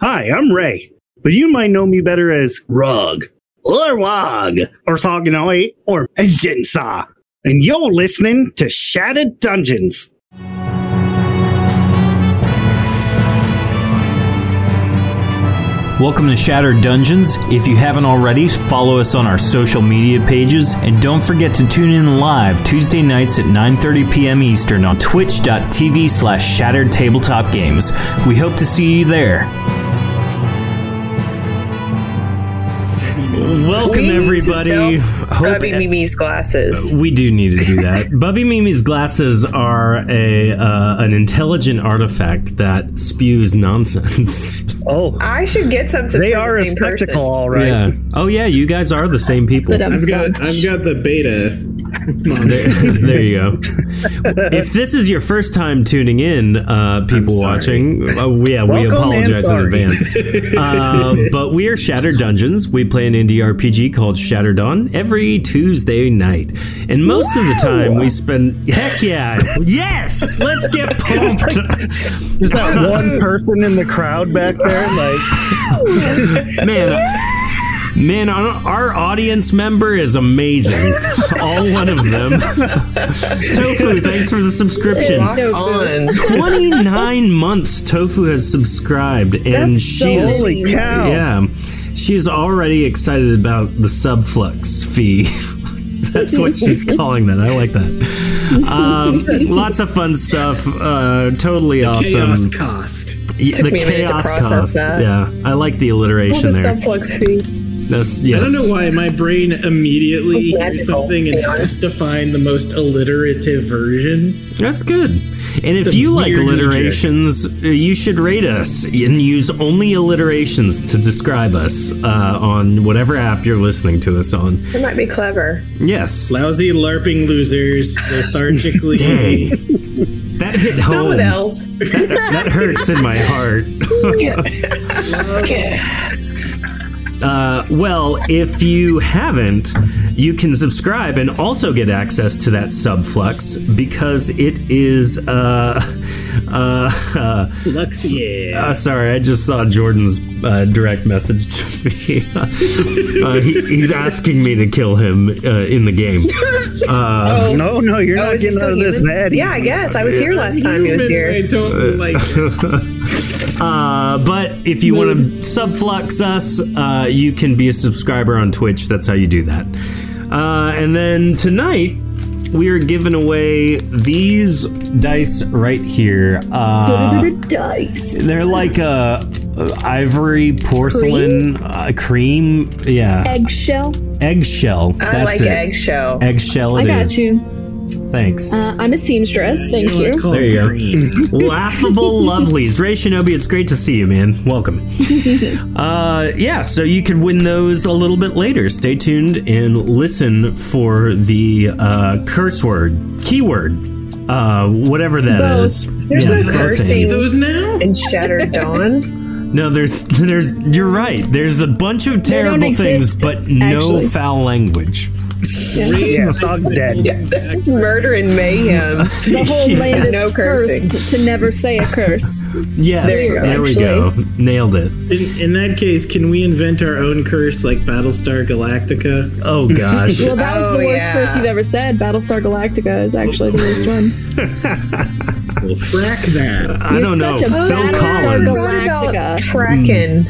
Hi, I'm Ray, but you might know me better as Rug, or Wog, or Soganoy, or Jinsa. And you're listening to Shattered Dungeons. Welcome to Shattered Dungeons. If you haven't already, follow us on our social media pages and don't forget to tune in live Tuesday nights at 9:30 p.m. Eastern on twitch.tv slash shattered tabletop games. We hope to see you there. Welcome We need to everybody. sell Hope Bobby Mimi's glasses. we do need to do that. Bubby Mimi's glasses are a uh, an intelligent artifact that spews nonsense. Oh, I should get some since they we're are the a same spectacle, person. all right. Yeah. Oh yeah, you guys are the same people. But I'm I've got done. I've got the beta. there, there you go. If this is your first time tuning in, uh, people sorry. watching, uh, yeah, we Welcome and apologize in sorry. advance. uh, but we are Shattered Dungeons. We play an indie RPG called Shattered Dawn every Tuesday night, and most of the time we spend. Heck yeah, yes, let's get pumped. There's that one person in the crowd back there, like man man our, our audience member is amazing all one of them tofu thanks for the subscription Lock Tofu. on. 29 months tofu has subscribed and That's she so is holy Holy cow. yeah she is already excited about the subflux fee that's what she's calling that i like that um, lots of fun stuff uh, totally awesome Chaos cost. Yeah, Took me a minute to process that. yeah i like the alliteration the there subflux fee. That's- I yes. don't know why my brain immediately It's hears magical, something and has to find the most alliterative version. That's good. And It's if a you like weird alliterations, uh, you should rate us and use only alliterations to describe us uh, on whatever app you're listening to us on. That might be clever. Yes. Lousy LARPing losers, lethargically. Dang. That hit Not home. with Oh. That, L's. that hurts in my heart. Oh. Uh, well, if you haven't, you can subscribe and also get access to that subflux because it is. Uh, uh, uh, Luxia. Uh, sorry, I just saw Jordan's uh, direct message to me. uh, he, he's asking me to kill him uh, in the game. Uh, No, no, you're Oh, not is he getting still out of this human? net. Yeah, I guess. I was here last time he was I here. don't like it. uh, but if you want to subflux us, uh, you can be a subscriber on Twitch. That's how you do that. Uh, and then tonight, we are giving away these dice right here. Uh, dice. they're like a. Ivory porcelain Uh, cream, yeah. Eggshell. Eggshell. I That's like it. eggshell. Eggshell it I is. got you. Thanks. Uh, I'm a seamstress. Thank you. there you go. Laughable lovelies. Ray Shinobi, it's great to see you, man. Welcome. uh, yeah, so you can win those a little bit later. Stay tuned and listen for the uh, curse word, keyword, uh, whatever that Both. is. There's Yeah, no both cursing things. Those now? in Shattered Dawn. No, there's, there's. You're right. There's a bunch of terrible don't things, exist, but no actually. foul language. Yeah, Sog's dead. It's murder and mayhem. The whole land is No cursing. cursed to never say a curse. Yes, There you go. there we go. Nailed it. In, in that case, can we invent our own curse like Battlestar Galactica? Oh gosh. Well, that was Oh, the worst yeah. curse you've ever said. Battlestar Galactica is actually the worst one. Well, frack that. I You're don't know. such a Phil Battlestar Collins. Galactica. Kraken.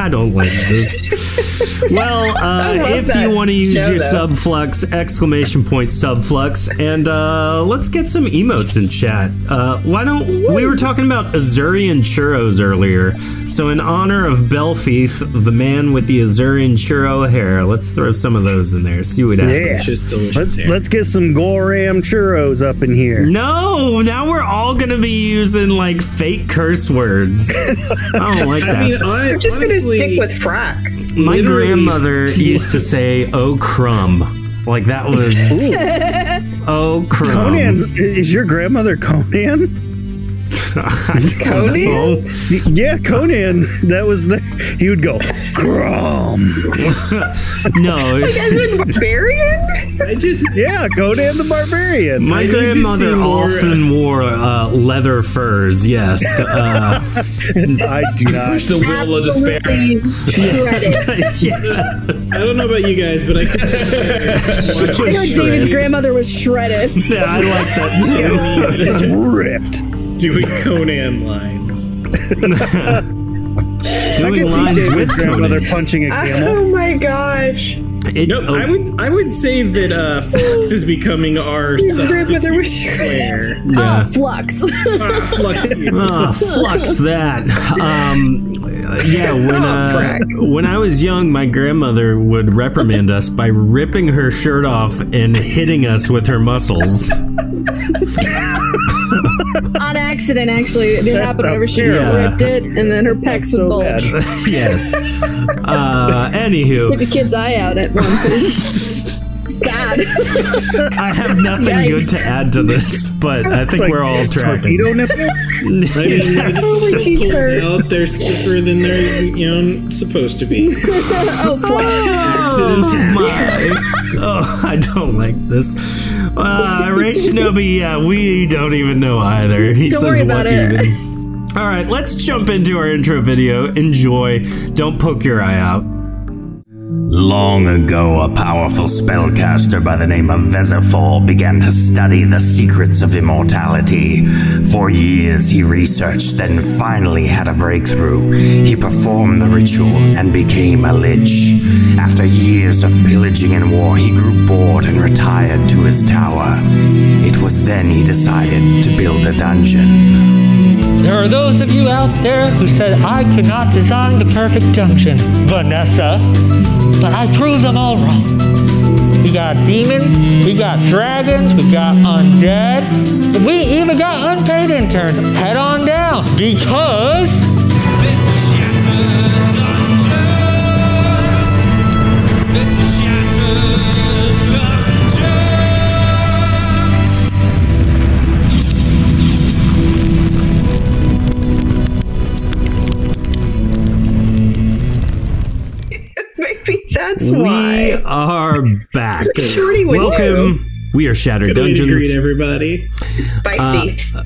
I don't like this. well, uh, love if that you want to use show, your though. subflux, exclamation point subflux, and uh, let's get some emotes in chat. Uh, why don't we were talking about Azurian churros earlier? So in honor of Belfeath, the man with the Azurian churro hair, let's throw some of those in there. See what happens. Yeah. Just delicious. Let's hair. let's get some Goram churros up in here. No, now we're all gonna be using like fake curse words. I don't like that. I mean, hon- We're just gonna honestly, stick with frack. My Literally grandmother feel- used to say, "Oh crumb," like that was. "Oh crumb." Um, Conan, is your grandmother Conan? Conan? Oh, Y- Yeah, Conan. That was the. He would go, Grom. no. As a barbarian? I just Yeah, Conan the Barbarian. My need to see grandmother more, uh, often wore uh, leather furs, yes. Uh, I do not. Push the will of despair. Absolutely shredded. yeah. I don't know about you guys, but I could I know David's grandmother was shredded. Yeah, I like that too. Just ripped. doing Conan lines. I Doing could see lines David's with grandmother Conan. punching a camel. Oh my gosh. It- No, oh, I would I would say that uh, Fox is becoming our grandmother substitute was shredded. player. yeah. Oh, flux. Ah, Fluxy. Ah, flux that. Um, yeah, when uh, when I was young, my grandmother would reprimand us by ripping her shirt off and hitting us with her muscles. On accident, actually. It happened whenever she terrible. ripped it, and then her pecs So would bulge. bad. yes. Uh, anywho, Took a kid's eye out at one It's bad. I have nothing Yikes. good to add to this, but I think we're all tracking. Torpedo nipples? Yes. My cheeks are. Well, they're stiffer than they're you know supposed to be. oh, flux. Accidents Oh, my. oh, I don't like this. Uh, Ray Shinobi, yeah, we don't even know either. He Don't says worry what about it. even. All right, let's jump into our intro video. Enjoy. Don't poke your eye out. Long ago, a powerful spellcaster by the name of Vezifor began to study the secrets of immortality. For years, he researched, then finally had a breakthrough. He performed the ritual and became a lich. After years of pillaging and war, he grew bored and retired to his tower. It was then he decided to build a dungeon. There are those of you out there who said I could not design the perfect dungeon, Vanessa, but I proved them all wrong. We got demons, we got dragons, we got undead, we even got unpaid interns. Head on down because This is Shattered Dungeons. This is Shattered Dungeons. Maybe that's We why. are back. Shorty with Welcome. We are Shattered Good way to Dungeons. greet everybody. Spicy. Uh,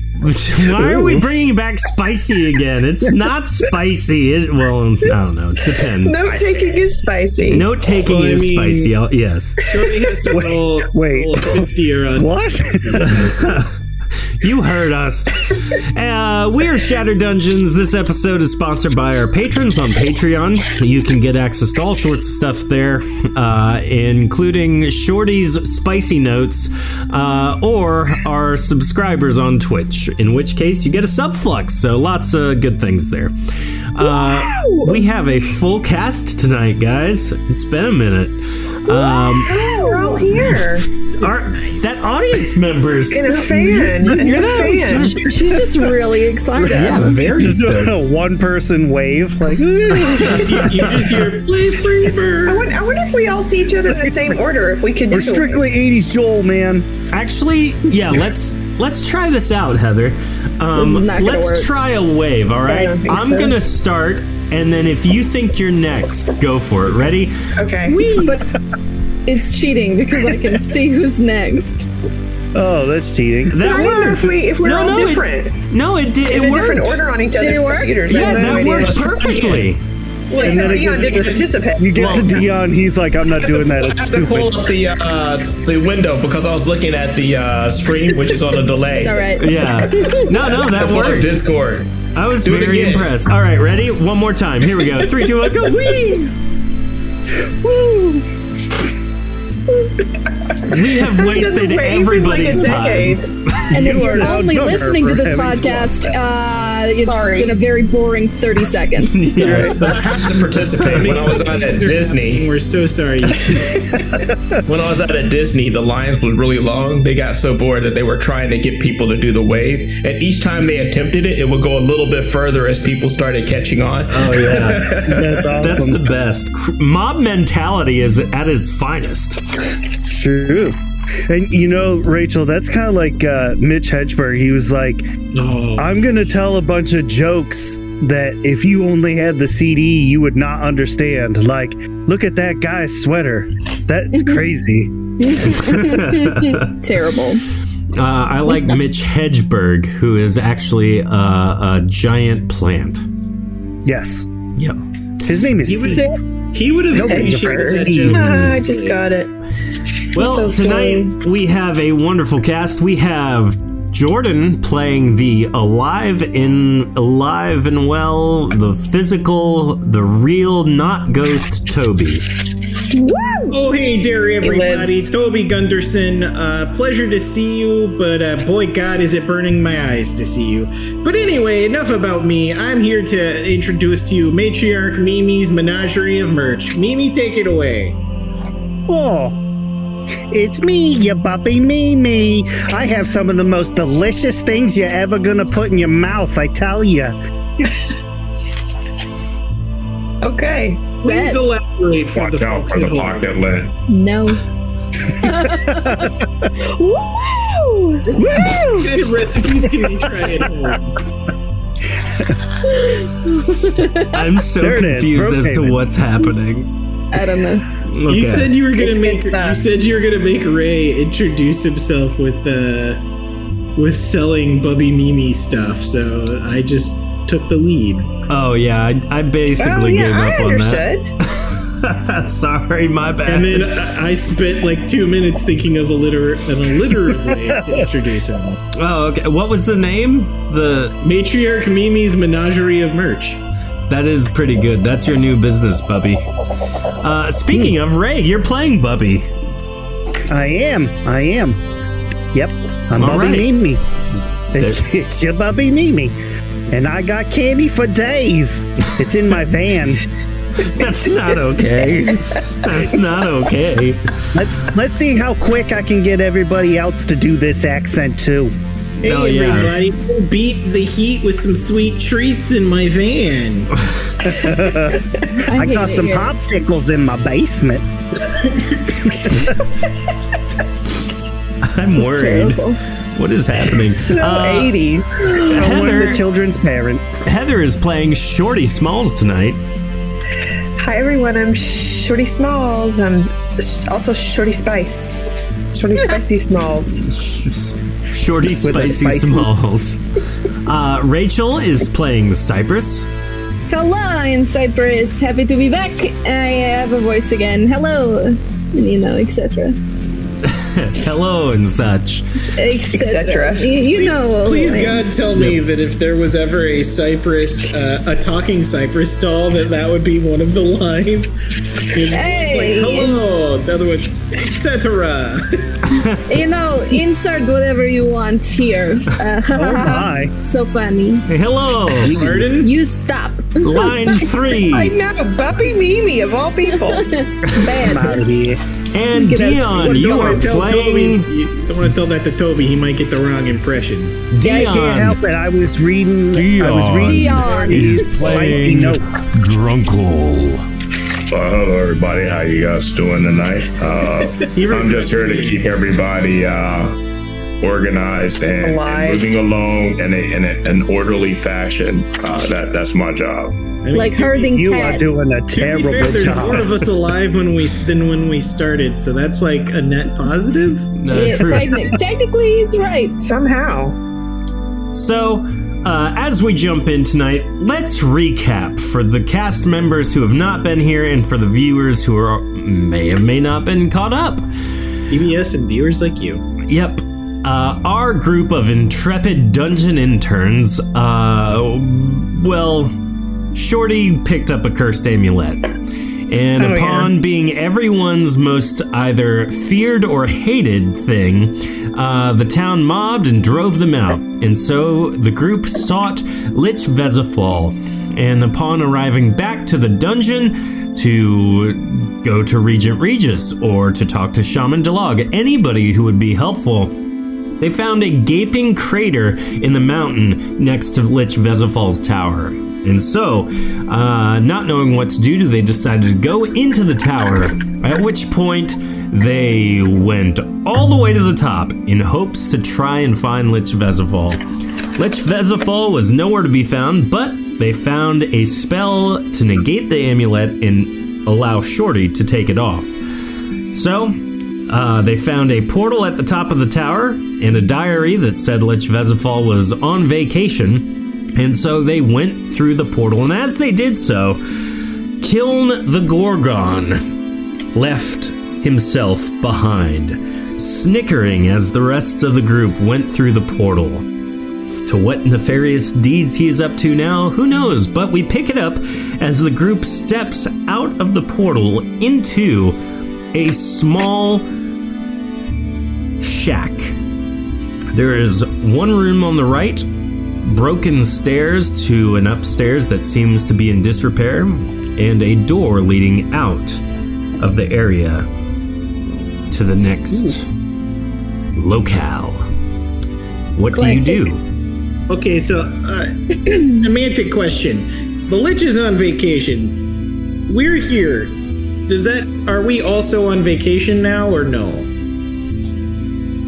Why are we bringing back spicy again? It's not spicy. It, well, I don't know. It depends. Note taking is spicy. Note taking Well, I is mean- spicy. I'll- Yes. Shorty has to roll, wait. roll a fifty or on. What? You heard us. Uh, we are Shattered Dungeons. This episode is sponsored by our patrons on Patreon. You can get access to all sorts of stuff there, uh, including Shorty's spicy notes uh, or our subscribers on Twitch, in which case you get a subflux. So lots of good things there. Uh, we have a full cast tonight, guys. It's been a minute. Um, Oh, we're all here. our, That audience members. In a fan. In a fan. She's just really excited. very Just a one person wave? Like, You, you just hear play free I bird. wonder, I wonder if we all see each other in the same order, if we could do we're strictly 80s Joel, man. Actually, yeah, let's let's try this out, Heather. Um, This is not gonna let's work. try a wave, all right? don't think I'm so. gonna start, and then if you think you're next, go for it. Ready? it. Okay. But it's cheating because I can see who's next. Oh, that's cheating. That I wonder if worked. we if we're No, all no, it- different no, it did. in It a worked. different order on each it other's work? computers. I Yeah, have no that idea. worked perfectly. Well, except Dion didn't participate. You get to Dion, he's like, I'm not doing that. I It's had to stupid. pull up the uh, the window because I was looking at the uh, screen, which is on a delay. It's all right. Yeah. No, no, that Pull up worked. Discord. I was Do it very again. impressed. All right, ready? One more time. Here we go. Three, two, one, go. Whee! We have Doesn't wasted wave in, like, a everybody's time. decade. And if you're now only dumber listening for to this having podcast, uh, it's Sorry. been a very boring 30 seconds. Yes. I had to participate when I was out at Disney. We're so sorry. When I was out at Disney, the lines was really long. They got so bored that they were trying to get people to do the wave, and each time they attempted it, it would go a little bit further as people started catching on. Oh yeah, That's that's awesome. the best. Cr- Mob mentality is at its finest. True. And you know, Rachel, that's kind of like uh, Mitch Hedberg. He was like, I'm going to tell a bunch of jokes that if you only had the CD, you would not understand. Like, look at that guy's sweater. That's crazy. Terrible. Uh, I like Mitch Hedberg, who is actually a, a giant plant. Yes. Yep. His name is He would- Steve. He would have Nobody's appreciated ever that seen joke. Ah, I just got it. Well, I'm so tonight we have a wonderful cast. We have Jordan playing the alive in alive and well, the physical, the real, not ghost Toby. Oh, hey there, everybody. lives. Toby Gunderson. Uh, pleasure to see you, but uh, boy, God, is it burning my eyes to see you. But anyway, enough about me. I'm here to introduce to you Matriarch Mimi's Menagerie of Merch. Mimi, take it away. Oh, it's me, you puppy Mimi. I have some of the most delicious things you're ever gonna put in your mouth. I tell you. Okay. Please Red. elaborate for the Watch out folks for the at home. pocket lid. No. Woo! Woo! Good recipes can be tried at home. I'm so There it is, confused as Brookhaven. to what's happening. I don't know. Okay. You said you were gonna It's good make. You stuff. said you were gonna make Ray introduce himself with uh, with selling Bubby Mimi stuff. So I just took the lead. oh yeah, I, I Oh, basically yeah, I gave up understood. on that. Sorry, my bad. And then I I spent like two minutes thinking of a liter- an alliterative way to introduce him. oh, okay. What was the name? The Matriarch Mimi's Menagerie of Merch. That is pretty good. That's your new business, Bubby. Uh, speaking of Ray, you're playing Bubby. I am. I am. Yep. I'm All Bubby right. Mimi. It's, it's your Bubby Mimi. And I got candy for days. It's in my van. That's not okay. That's not okay. Let's let's see how quick I can get everybody else to do this accent too. Hey Oh, yeah. everybody, we'll beat the heat with some sweet treats in my van. I, I hate got it some here. popsicles in my basement. I'm This is worried. terrible. What is happening? So Uh, 80s. I'm one of Heather, the children's parent. Heather is playing Shorty Smalls tonight. Hi, everyone. I'm Shorty Smalls. I'm sh- also Shorty Spice. Shorty Spicy Smalls. Sh- s- Shorty With a Spicy spicy- Smalls. Uh, Rachel is playing Cypress. Hello, in Cyprus. Happy to be back. I have a voice again. Hello. You know, etc. Hello and such. Etc. cetera. You, you know. Please, I- God, tell me that if there was ever a Cypress, uh, a talking Cypress doll, that that would be one of the lines. It's Hey. Like, hello, the other one, etc. You know, insert whatever you want here. Uh, Oh my. so funny. Hello. Pardon? You stop. Line three. I know. Bubby Mimi, of all people. I'm out of here. And Get us- Dion, What you Don't are wanna tell playing. Toby- you don't want to tell that to Toby. He might get the wrong impression. I can't Dion. help it. I was reading. I was Dion. reading. Dion. Is Spicy playing note. Drunkle. Well, Uh, hello everybody, how you guys doing tonight? Uh, Um, I'm just here to keep everybody uh, organized and, and Alive. moving along in, a, in a, an orderly fashion. Uh, that that's my job. I mean, Like to be- herding You are cats. doing a To be terrible fair, there's more job. of us alive when we than when we started, so that's like a net positive. Yeah, Uh, true. techni- technically, he's right. Somehow. So, uh, as we jump in tonight, let's recap for the cast members who have not been here and for the viewers who are may have may not been caught up. PBS and viewers like you. Yep. Uh, our group of intrepid dungeon interns, uh, well, Shorty picked up a cursed amulet. And upon being everyone's most either feared or hated thing, uh, the town mobbed and drove them out. And so the group sought Lich Vesafal. And upon arriving back to the dungeon to go to Regent Regis or to talk to Shaman Delog, anybody who would be helpful, they found a gaping crater in the mountain next to Lich Vesafal's tower. And so, uh, not knowing what to do, they decided to go into the tower, at which point They went all the way to the top in hopes to try and find Lich Vezafol. Lich Vezafol was nowhere to be found, but they found a spell to negate the amulet and allow Shorty to take it off. So, uh, they found a portal at the top of the tower and a diary that said Lich Vezafal was on vacation. And so they went through the portal, and as they did so, Kiln the Gorgon left himself behind, snickering as the rest of the group went through the portal. To what nefarious deeds he is up to now, who knows? But we pick it up as the group steps out of the portal into a small shack. There is one room on the right, broken stairs to an upstairs that seems to be in disrepair, and a door leading out of the area to the next locale. What do you do? Okay, so uh, s- semantic question: The Lich is on vacation. We're here. Does that are we also on vacation now or no?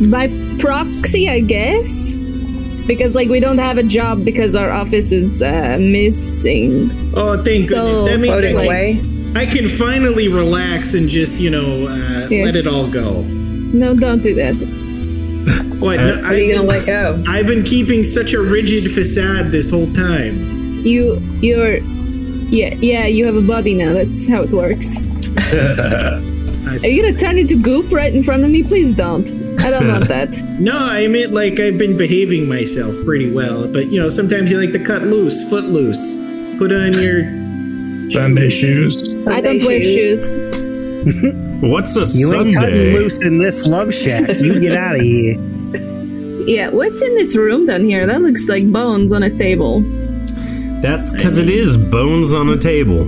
By proxy, I guess. Because like we don't have a job because our office is uh, missing. Oh, thank So- goodness. That means I Floating can, away? I can finally relax and just you know uh, Yeah. let it all go. No, don't do that. What? Uh, Are you gonna let go? I've been keeping such a rigid facade this whole time. You, you're, yeah, yeah. You have a body now. That's how it works. Are you gonna turn into goop right in front of me? Please don't. I don't want that. No, I meant like I've been behaving myself pretty well, but you know sometimes you like to cut loose, foot loose. Put on your Sunday shoes. I don't wear shoes. What's a You ain't cutting Sunday? loose in this love shack. You get out of here. Yeah, what's in this room down here? That looks like bones on a table. That's because it is bones on a table.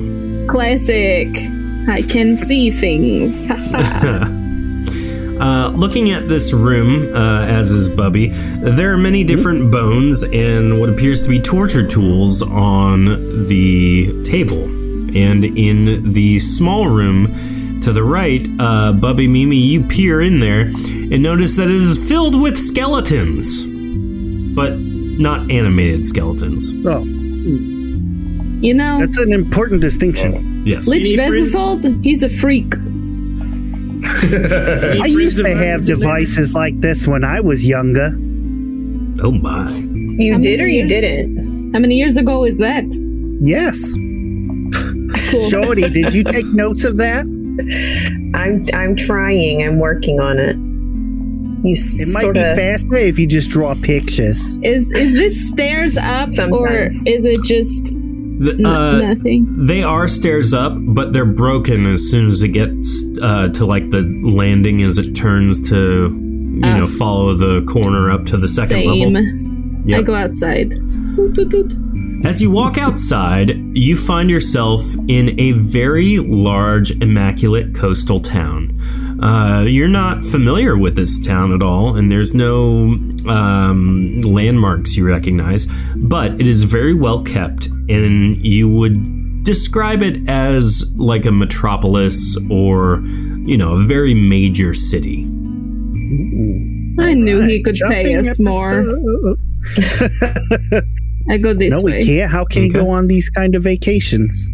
Classic. I can see things. Uh, looking at this room, uh, as is Bubby, there are many different bones and what appears to be torture tools on the table. And in the small room to the right, uh, Bubby Mimi, you peer in there and notice that it is filled with skeletons, but not animated skeletons. Oh, you know, that's an important distinction. Yes. Lich Any friend- Vezifold, he's a freak. I used to have devices like this when I was younger. Oh my. You did or you didn't? How many years ago is that? Yes. Shorty, did you take notes of that? I'm I'm trying. I'm working on it. You It might sort be of faster if you just draw pictures. Is is this stairs up Sometimes. or is it just The- n- uh, nothing? They are stairs up, but they're broken as soon as it gets uh, to like the landing as it turns to, you Ah. know, follow the corner up to the second Same. level. Yep. I go outside. Toot, toot, toot. As you walk outside, you find yourself in a very large, immaculate coastal town. Uh, you're not familiar with this town at all, and there's no um, landmarks you recognize, but it is very well kept, and you would describe it as like a metropolis or, you know, a very major city. I knew he could pay us more. I go this no, way. we can't. How can you Okay. go on these kind of vacations?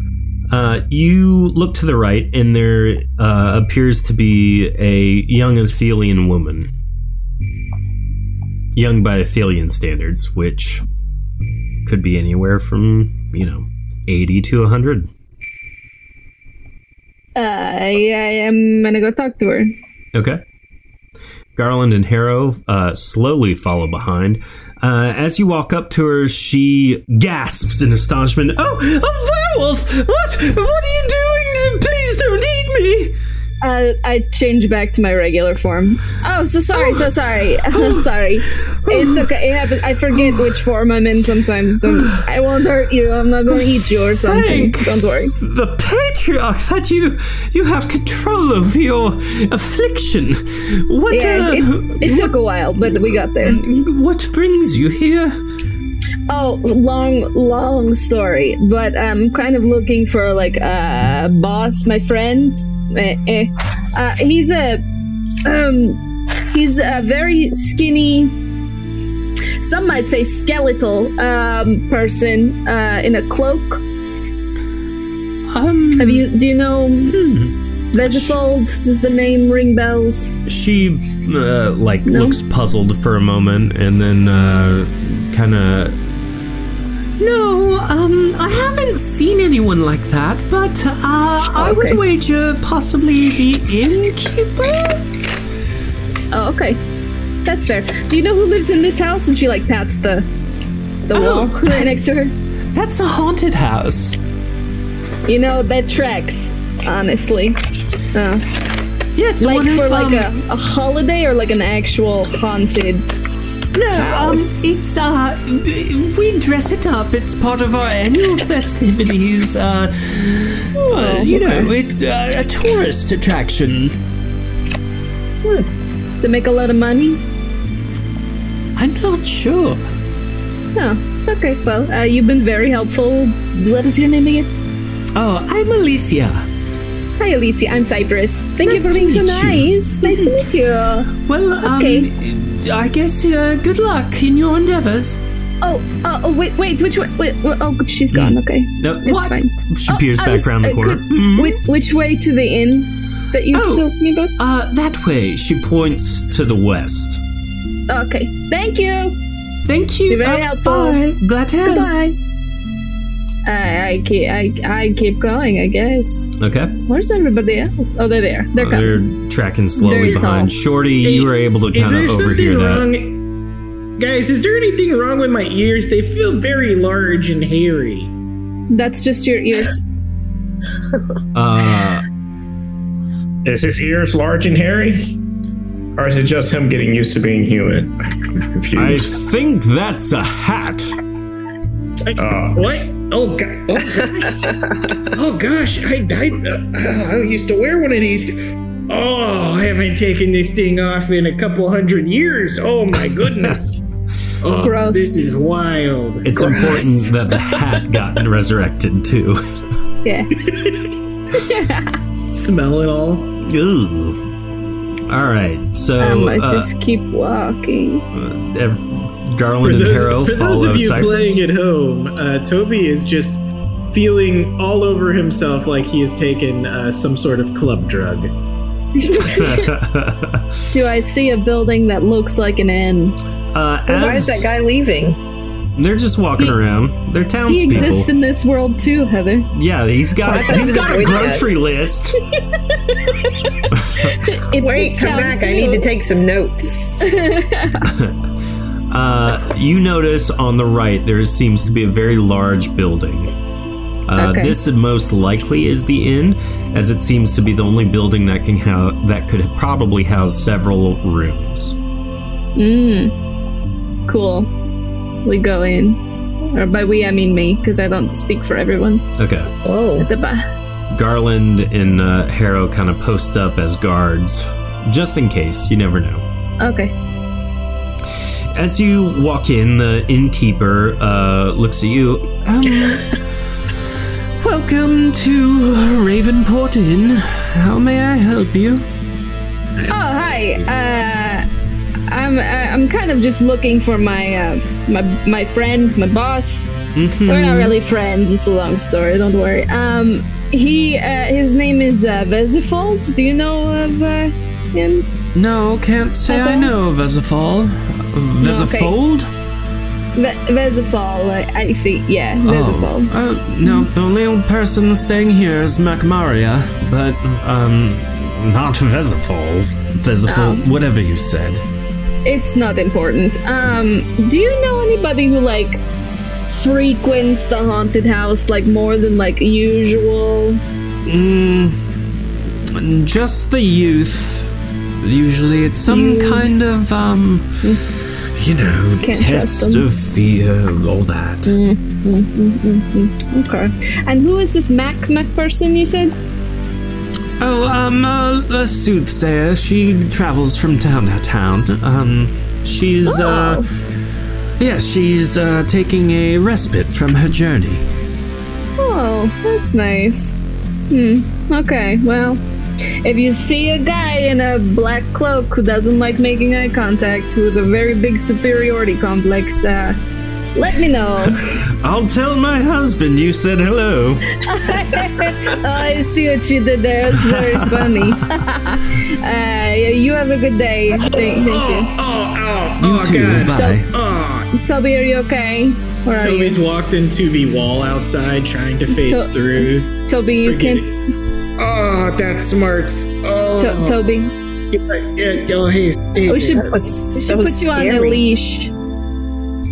Uh, you look to the right, and there uh, appears to be a young Athelian woman. Young by Athelian standards, which could be anywhere from, you know, 80 to 100. Uh, I, I am gonna go talk to her. Okay. Garland and Harrow uh, slowly follow behind. Uh, as you walk up to her, she gasps in astonishment. Oh, a werewolf! What? What are you doing? Please don't eat me! Uh, I change back to my regular form. Oh, so sorry, so sorry, sorry. It's okay. It happens. I forget which form I'm in sometimes. Don't. I won't hurt you. I'm not gonna eat you or something. Thank Don't worry. the patriarch that you you have control over your affliction. What Yeah, uh, it, it took a while, but we got there. what brings you here? Oh, long, long story. But I'm kind of looking for like a boss, my friend, eh, eh. Uh, he's a um, he's a very skinny, some might say skeletal um, person uh, in a cloak. Um, Have you do you know? hmm. Vezifold, does the name ring bells? She uh, like No? looks puzzled for a moment and then uh, kind of No, um, I haven't seen anyone like that, but uh, I Okay. would wager possibly the innkeeper. Oh, okay, that's fair. Do you know who lives in this house? And she like pats the the Oh. wall next to her. That's a haunted house. You know that tracks, honestly. Uh, Yes, like one of, for like um, a, a holiday or like an actual haunted. No, um, it's uh, b- we dress it up. It's part of our annual festivities. Uh, uh, Oh, you know, it, uh, a tourist attraction. Does it make a lot of money? I'm not sure. Oh, okay. Well, uh, you've been very helpful. What is your name again? Oh, I'm Alicia. Hi, Alicia. I'm Cypress. Thank Nice you for to being so meet you. Mm-hmm. nice. Nice to meet you. Well, um, Okay. I guess uh, good luck in your endeavors. Oh, uh, oh, wait, wait, which way? Wait, wait, oh, she's gone. Okay. No, it's Mm. what? fine. she Oh, peers I back was- around the uh, corner. could- whi- which way to the inn that you Oh. told me about? Uh, that way. She points to the west. Okay. Thank you. Thank you. You're very Uh, helpful. Bye. Glad to help. Goodbye. I, I keep I, I keep going. I guess. Okay, Where's everybody else? Oh, they're there. They're coming. they're tracking slowly Very tall. behind. Shorty, you were able to Is kind there of something overhear that. wrong? Guys, is there anything wrong with my ears? They feel very large and hairy. That's just your ears. Uh, Is his ears large and hairy? Or is it just him getting used to being human? I'm I confused. think that's a hat. Uh, What? Oh, God. oh gosh! oh gosh! I I, uh, I used to wear one of these. Oh, I haven't taken this thing off in a couple hundred years. Oh my goodness! oh, Gross. This is wild. It's important that the hat got resurrected too. Yeah. Smell it all. Ooh. All right, so Oh, um, I uh, just keep walking. ev- Garland For and those, Harrow for those follow of you Cypress. playing at home, uh, Toby is just feeling all over himself like he has taken uh, some sort of club drug. Uh, Do I see a building that looks like an inn? Uh, Well, why is that as guy leaving? they're just walking He- around, they're He townspeople. exists in this world too, Heather. yeah, he's got Why is he's he got a avoiding grocery us? list. It's Wait, this come town, back. I too. need to take some notes. Uh, you notice on the right there seems to be a very large building. Uh, Okay. This most likely is the inn, as it seems to be the only building that can hou- that could probably house several rooms. Mm. Cool. We go in. Or by we, I mean me, because I don't speak for everyone. Okay, Whoa. The ba- Garland and uh, Harrow kind of post up as guards, just in case. You never know. Okay. As you walk in, the innkeeper uh, looks at you. Um, welcome to Ravenport Inn. How may I help you? Oh, hi. Uh, I'm I- I'm kind of just looking for my uh, my my friend, my boss. We're not really friends. It's a long story. Don't worry. Um, he uh, his name is uh, Vesifold. Do you know of uh, him? No, can't say I Hello? know Vesafol. Vesafold? Ve- Vesifold. I, I think yeah, Vesifold. Oh, no, the only person staying here is Macmaria, but, um, not Vesafol. Oh. Vesafol, whatever you said. It's not important. Um, do you know anybody who like frequents the haunted house like more than like usual? Mm, just the youth. Usually it's some Youths. kind of, um, you know, Mm. Can't trust test them. of fear, all that. Okay. And who is this Mac Mac person you said? Oh, um, uh, a soothsayer. She travels from town to town. Um, she's, uh, yes, she's, uh, taking a respite from her journey. Oh, that's nice. Hmm. Okay. Well, If you see a guy in a black cloak who doesn't like making eye contact with a very big superiority complex, uh, let me know. I'll tell my husband you said hello. I see what you did there. That's very funny. uh, you have a good day. Thank, thank you. Oh, You too. God. Bye. Toby, are you okay? Where are Toby's you? walked into the wall outside trying to phase To- through. Toby, you can. Oh, that smarts. Oh, To- Toby. Yeah, yo, hey, hey, We should, that was we should so put you on a scary. leash.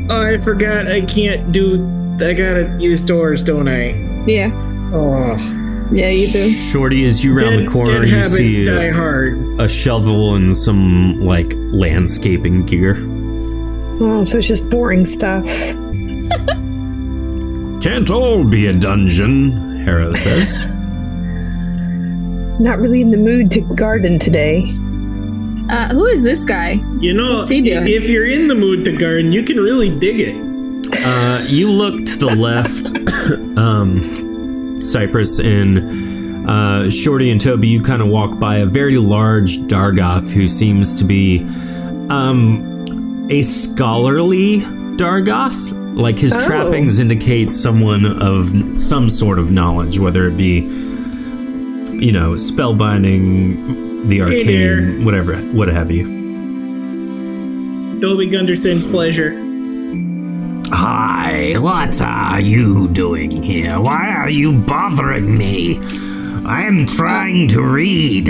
Oh, I forgot I can't do. I gotta use doors, don't I? Yeah. Oh, Yeah, you do. Shorty, as you round Dead- the corner, dead you habits see die a, hard. a shovel and some like landscaping gear. Oh, so it's just boring stuff. Can't all be a dungeon, Harrow says. Not really in the mood to garden today. Uh, who is this guy? You know, What's he doing? if you're in the mood to garden, you can really dig it. Uh, you look to the left, um, Cypress and uh, Shorty and Toby. You kind of walk by a very large Dargoth who seems to be um, a scholarly Dargoth. Like his Oh. trappings indicate someone of some sort of knowledge, whether it be, you know, spellbinding, the arcane, there. whatever, what have you. Toby Gunderson, pleasure. Hi, what are you doing here? Why are you bothering me? I am trying to read.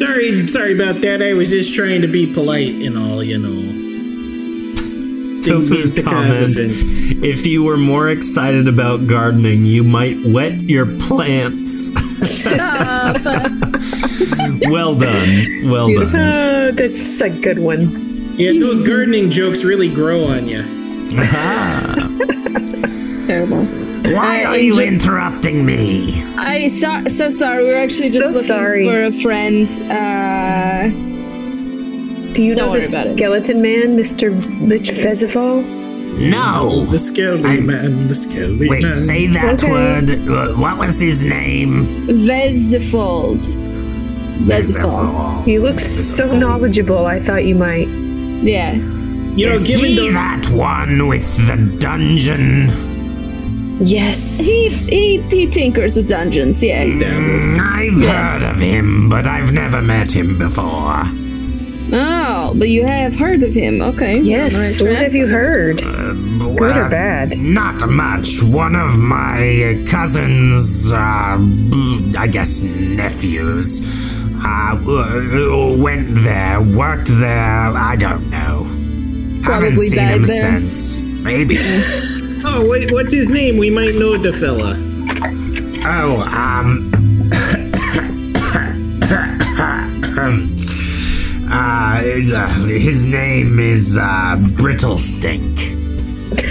Sorry, sorry about that. I was just trying to be polite and all, you know. Didn't mean Tofu's to cause comment. offense. If you were more excited about gardening, you might wet your plants. well done. Well done. Uh, that's a good one. Yeah, those Hmm. gardening jokes really grow on you. Terrible. Why I are you enjoy- interrupting me? I so, so sorry. We're actually just So looking sorry. for a friend. Uh, Do you Don't know worry the about it. skeleton man, Mr. Lich Festival? No. The scaly I'm- man, the scaly man. Wait, say that Okay. word. Uh, What was his name? Vezifold. Vezifold. Reservoir. You look so knowledgeable. I thought you might. Yeah. You know, Is given he the that one with the dungeon? Yes. He, he he tinkers with dungeons. Yeah. Mm, I've heard of him, but I've never met him before. Oh, but you have heard of him. Okay. yes. Alright, what have you heard? Good or Well, bad? Not much. One of my cousins, uh, I guess nephews, uh, went there, worked there, I don't know. Haven't Probably seen died him there. since. Maybe. oh, what, what's his name? We might know the fella. oh, um. uh, his name is uh, Brittle Stink.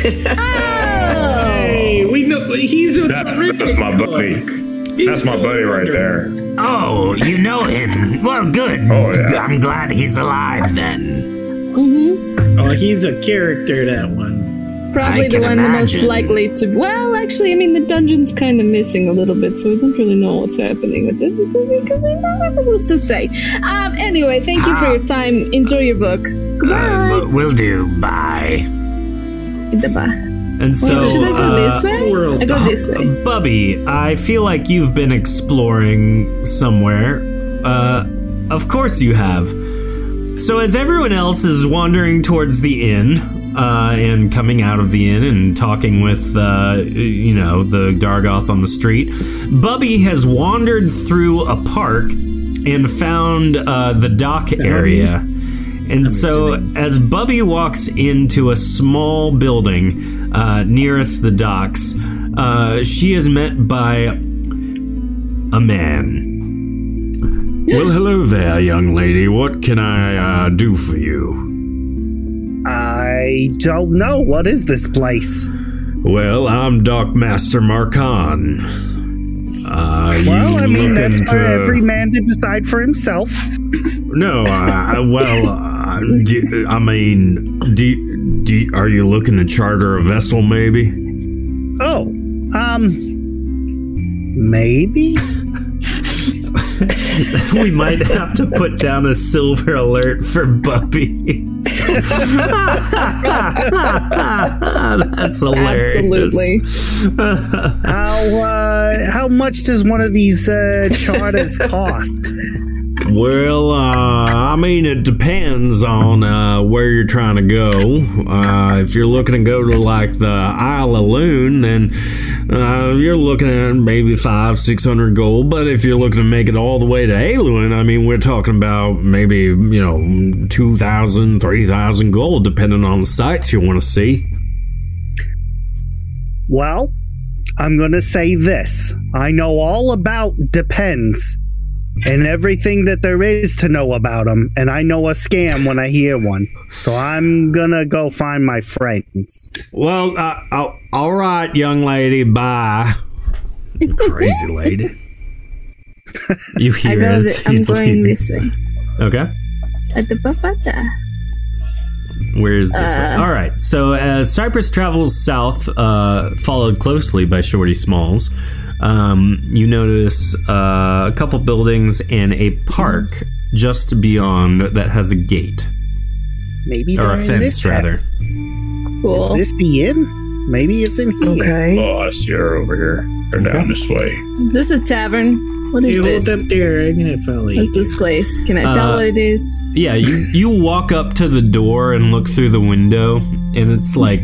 Oh. Hey, we know he's a Oh. That- terrific that's my cook. buddy. He's That's my so buddy right there. wonderful. Oh, you know him. Well, good. Oh, yeah. I'm glad he's alive then. Mm-hmm. Oh, he's a character. That one. Probably I the can one the imagine. most likely to. Well, actually, I mean, the dungeon's kind of missing a little bit, so we don't really know what's happening with it. So we can- we don't have much to say. Um. Anyway, thank you for your time. Enjoy your book. Goodbye. Uh, will do. Bye. Goodbye. And so, Wait, should I go uh, this way? world. I go this way. Bubby, I feel like you've been exploring somewhere. Uh, of course you have. So, as everyone else is wandering towards the inn uh, and coming out of the inn and talking with, uh, you know, the Dargoth on the street, Bubby has wandered through a park and found uh, the dock area. And so, as Bubby walks into a small building uh, nearest the docks, uh, she is met by a man. well, hello there, young lady. What can I uh, do for you? I don't know. What is this place? Well, I'm Doc Master Marcon. Uh, you Well, I mean, looking that's for to- every man to decide for himself. No, uh, well, uh, do, I mean, do, do, are you looking to charter a vessel, maybe? Oh, um, maybe? we might have to put down a silver alert for Bumpy. That's hilarious. Absolutely. How uh, how much does one of these uh, charters cost? Well, uh, I mean, it depends on uh, where you're trying to go. Uh, if you're looking to go to like the Isle of Loon, then uh, you're looking at maybe five, six hundred gold. But if you're looking to make it all the way to Aluin, I mean, we're talking about maybe you know two thousand, three thousand gold, depending on the sites you want to see. Well, I'm going to say this. I know all about depends and everything that there is to know about them, and I know a scam when I hear one. So I'm going to go find my friends. Well, uh, oh, all right, young lady, bye. Crazy lady. you I hear go as th- I'm he's leaving. going this way. Okay. At the papata. Where is this one? Uh. All right. So as Cypress travels south, uh, followed closely by Shorty Smalls, um, you notice uh, a couple buildings and a park just beyond that has a gate Maybe or they're a in fence, this rather. Cool. Is this the inn? Maybe it's in here. Okay. Boss, you're over here. They're down this way. Is this a tavern? What is You this? hold up there. I'm gonna follow you. What's this place? Can I tell Uh, what it is? Yeah, you you walk up to the door and look through the window, and it's like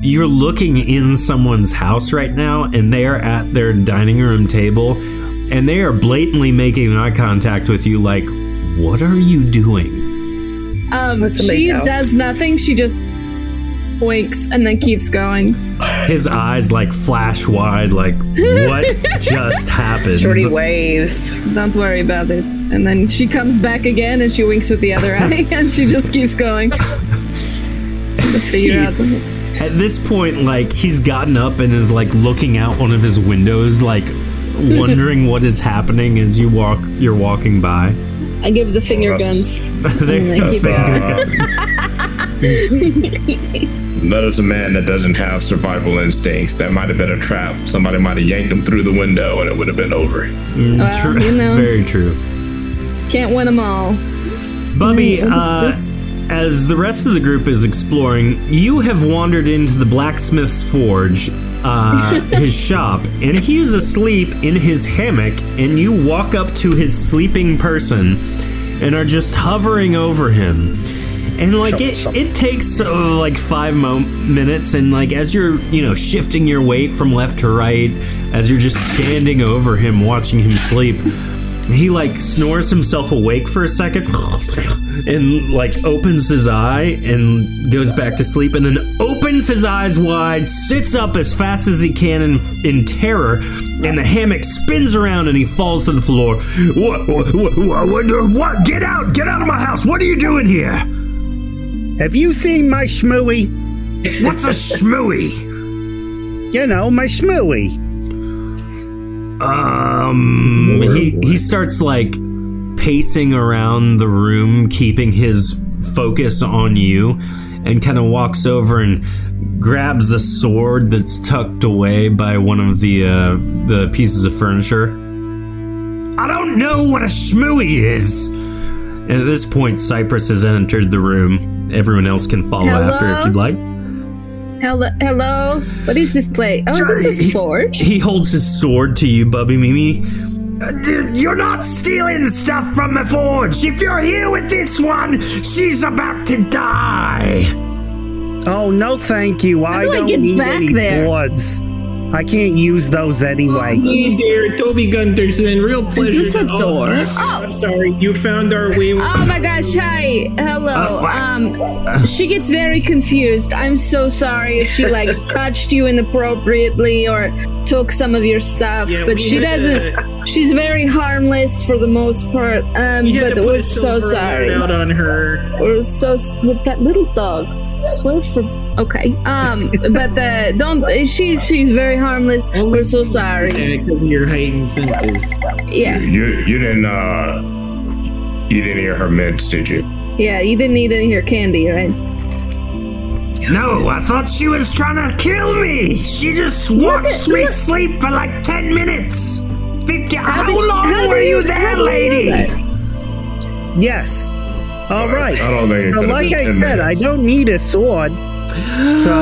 you're looking in someone's house right now, and they are at their dining room table, and they are blatantly making eye contact with you, like, "What are you doing?" Um, a lace she out. does nothing. She just winks and then keeps going. His eyes like flash wide, like, "What just happened?" Shorty waves. Don't worry about it. And then she comes back again and she winks with the other eye and she just keeps going. to figure out. At this point, like he's gotten up and is like looking out one of his windows, like wondering what is happening as you walk. You're walking by. I give the finger guns. Mm, There And I keep That is a man that doesn't have survival instincts. That might have been a trap. Somebody might have yanked him through the window and it would have been over. Mm, Well, true- Um, you know. Very true. Can't win them all. Bubby, Mm, uh, this- as the rest of the group is exploring, you have wandered into the blacksmith's forge, uh, his shop, and he is asleep in his hammock, and you walk up to his sleeping person and are just hovering over him. And like it, it takes uh, like five mo- minutes, and like as you're you know shifting your weight from left to right, as you're just standing over him, watching him sleep, he like snores himself awake for a second, and like opens his eye and goes back to sleep, and then opens his eyes wide, sits up as fast as he can in, in terror, and the hammock spins around and he falls to the floor. What? What? What? what, what? Get out! Get out of my house! What are you doing here? Have you seen my schmooey? What's a schmooey? You know, my schmooey. Um, he, he starts like pacing around the room, keeping his focus on you, and kind of walks over and grabs a sword that's tucked away by one of the uh, the pieces of furniture. I don't know what a schmooey is. And at this point, Cypress has entered the room. Everyone else can follow after if Hello? you'd like. Hello, hello. What is this place? Oh, is this his forge? He holds his sword to you, Bubby Mimi. Uh, You're not stealing stuff from the forge. If you're here with this one, she's about to die. Oh no, thank you. I do I don't get need back any there? Oh, bloods. I can't use those anyway. Hey there, Toby Gunderson. Real pleasure. this a to all- door? I'm sorry, you found our way. Oh my gosh, hi. Hello. Um she gets very confused. I'm so sorry if she like touched you inappropriately or took some of your stuff, Yeah, we but uh, she had, doesn't she's very harmless for the most part. Um We had to but put we're a so silver sorry. alert out on her. We're so s- with that little dog. Swear for okay. Um but the don't she's she's very harmless. We're so sorry. Because uh, of your heightened senses. Yeah. You you didn't uh you didn't hear her mints, did you? Yeah, you didn't eat any of your candy, right? No, I thought she was trying to kill me. She just watched me sleep for like 10 minutes. 50. How, did- long how were did you you- there, how did you lady? know that? Yes. All right. I don't think it Now, could've like been I said, ten I minutes. don't need a sword. So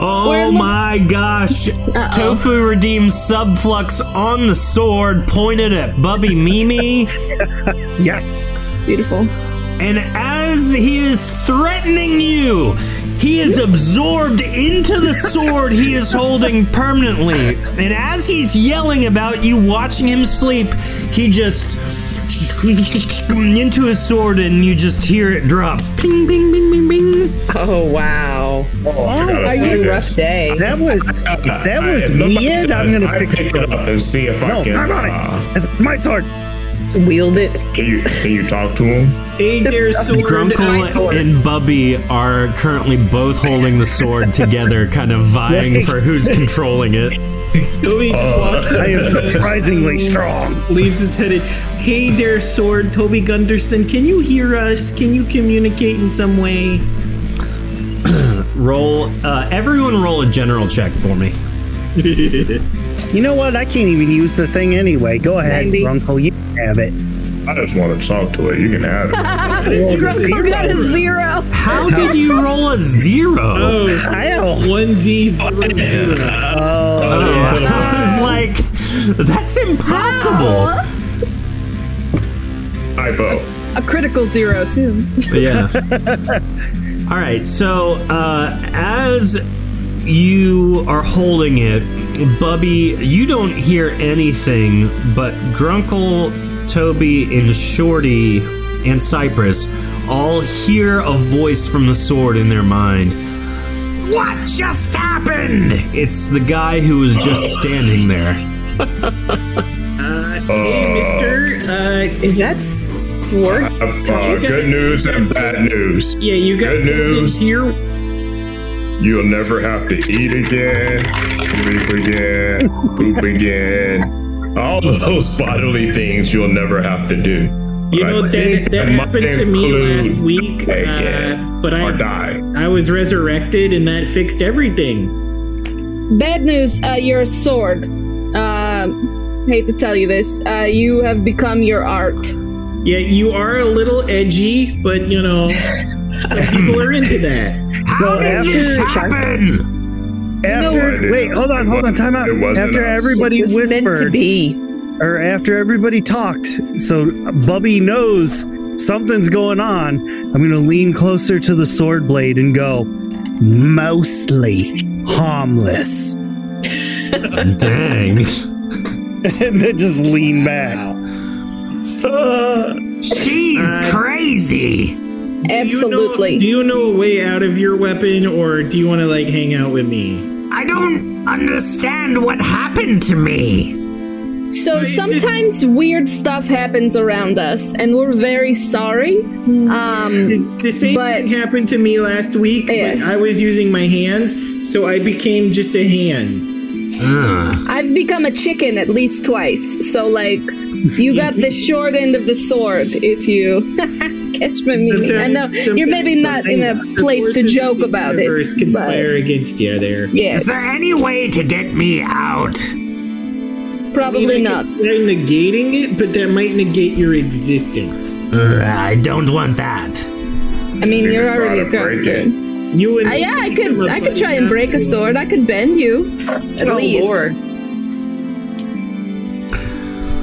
Oh my gosh! Tofu redeems subflux on the sword pointed at Bubby Mimi. yes. Beautiful. And as he is threatening you, he is absorbed into the sword he is holding permanently. And as he's yelling about you watching him sleep, he just into his sword and you just hear it drop. Ping ping ping ping ping. Oh wow. Oh, gotta see you this. rough day? That was that I- was if nobody weird. I'm does, gonna I pick pick it up and see if No, I can. I'm on it. uh, It's my sword. Wield it. Can you can you talk to him? Aegir sword. my Grunkle sword. and Bubby are currently both holding the sword together, kind of vying for who's controlling it. Toby Uh, just walks up I am to him, surprisingly strong. leads his head in. Hey there, sword. Toby Gunderson, can you hear us? Can you communicate in some way? Roll, uh, everyone roll a general check for me. You know what? I can't even use the thing anyway. Go ahead, Ninety. Grunkle. You can have it. I just want to talk to it. You can have it. Grunkle got a zero. How did you roll a zero? Oh, Ow. 1d0 zero. Oh, I was like, that's impossible. Wow. Hypo. Uh, A critical zero too. Yeah. All right. So uh, as you are holding it, Bubby, you don't hear anything, but Grunkle, Toby, and Shorty and Cypress all hear a voice from the sword in their mind. What just happened? It's the guy who was just standing there. Hey, mister. Uh, Is that sword? Uh, good news and bad news. yeah, you got Good news. Here, You'll never have to eat again, sleep again, poop again. All those bodily things you'll never have to do. You But I know that think that I might happened to me include last week, uh, again, but or I die. I was resurrected and that fixed everything. Bad news, uh, your sword. Um, hate to tell you this, uh, you have become your art. Yeah, you are a little edgy, but you know, some people are into that. So How did this after happen? after know- wait, hold on, hold on, time out. It wasn't After us. everybody It's meant to whispered, be. or after everybody talked, so Bubby knows something's going on. I'm gonna lean closer to the sword blade and go, mostly harmless, Dang. and then just lean back. Uh, She's crazy. Absolutely. Do you know a way out of your weapon, or do you want to like hang out with me? I don't understand what happened to me. So It's just- sometimes weird stuff happens around us, and we're very sorry. Hmm. Um, The same But- thing happened to me last week. but Yeah. I was using my hands, so I became just a hand. I've become a chicken at least twice. So like, you got the short end of the sword if you catch my meaning. I know Sometimes- you're maybe not sometimes in a the place to forces of joke the about universe it. Conspire But against you there. yeah, Is there any way to get me out? probably mean, I not. could Try negating it, but that might negate your existence. Ugh, I don't want that. I mean, you're can try already a to break it. girl. You would. Uh, yeah, I become could. a I could buddy try and break a after- sword. I could bend you. At least.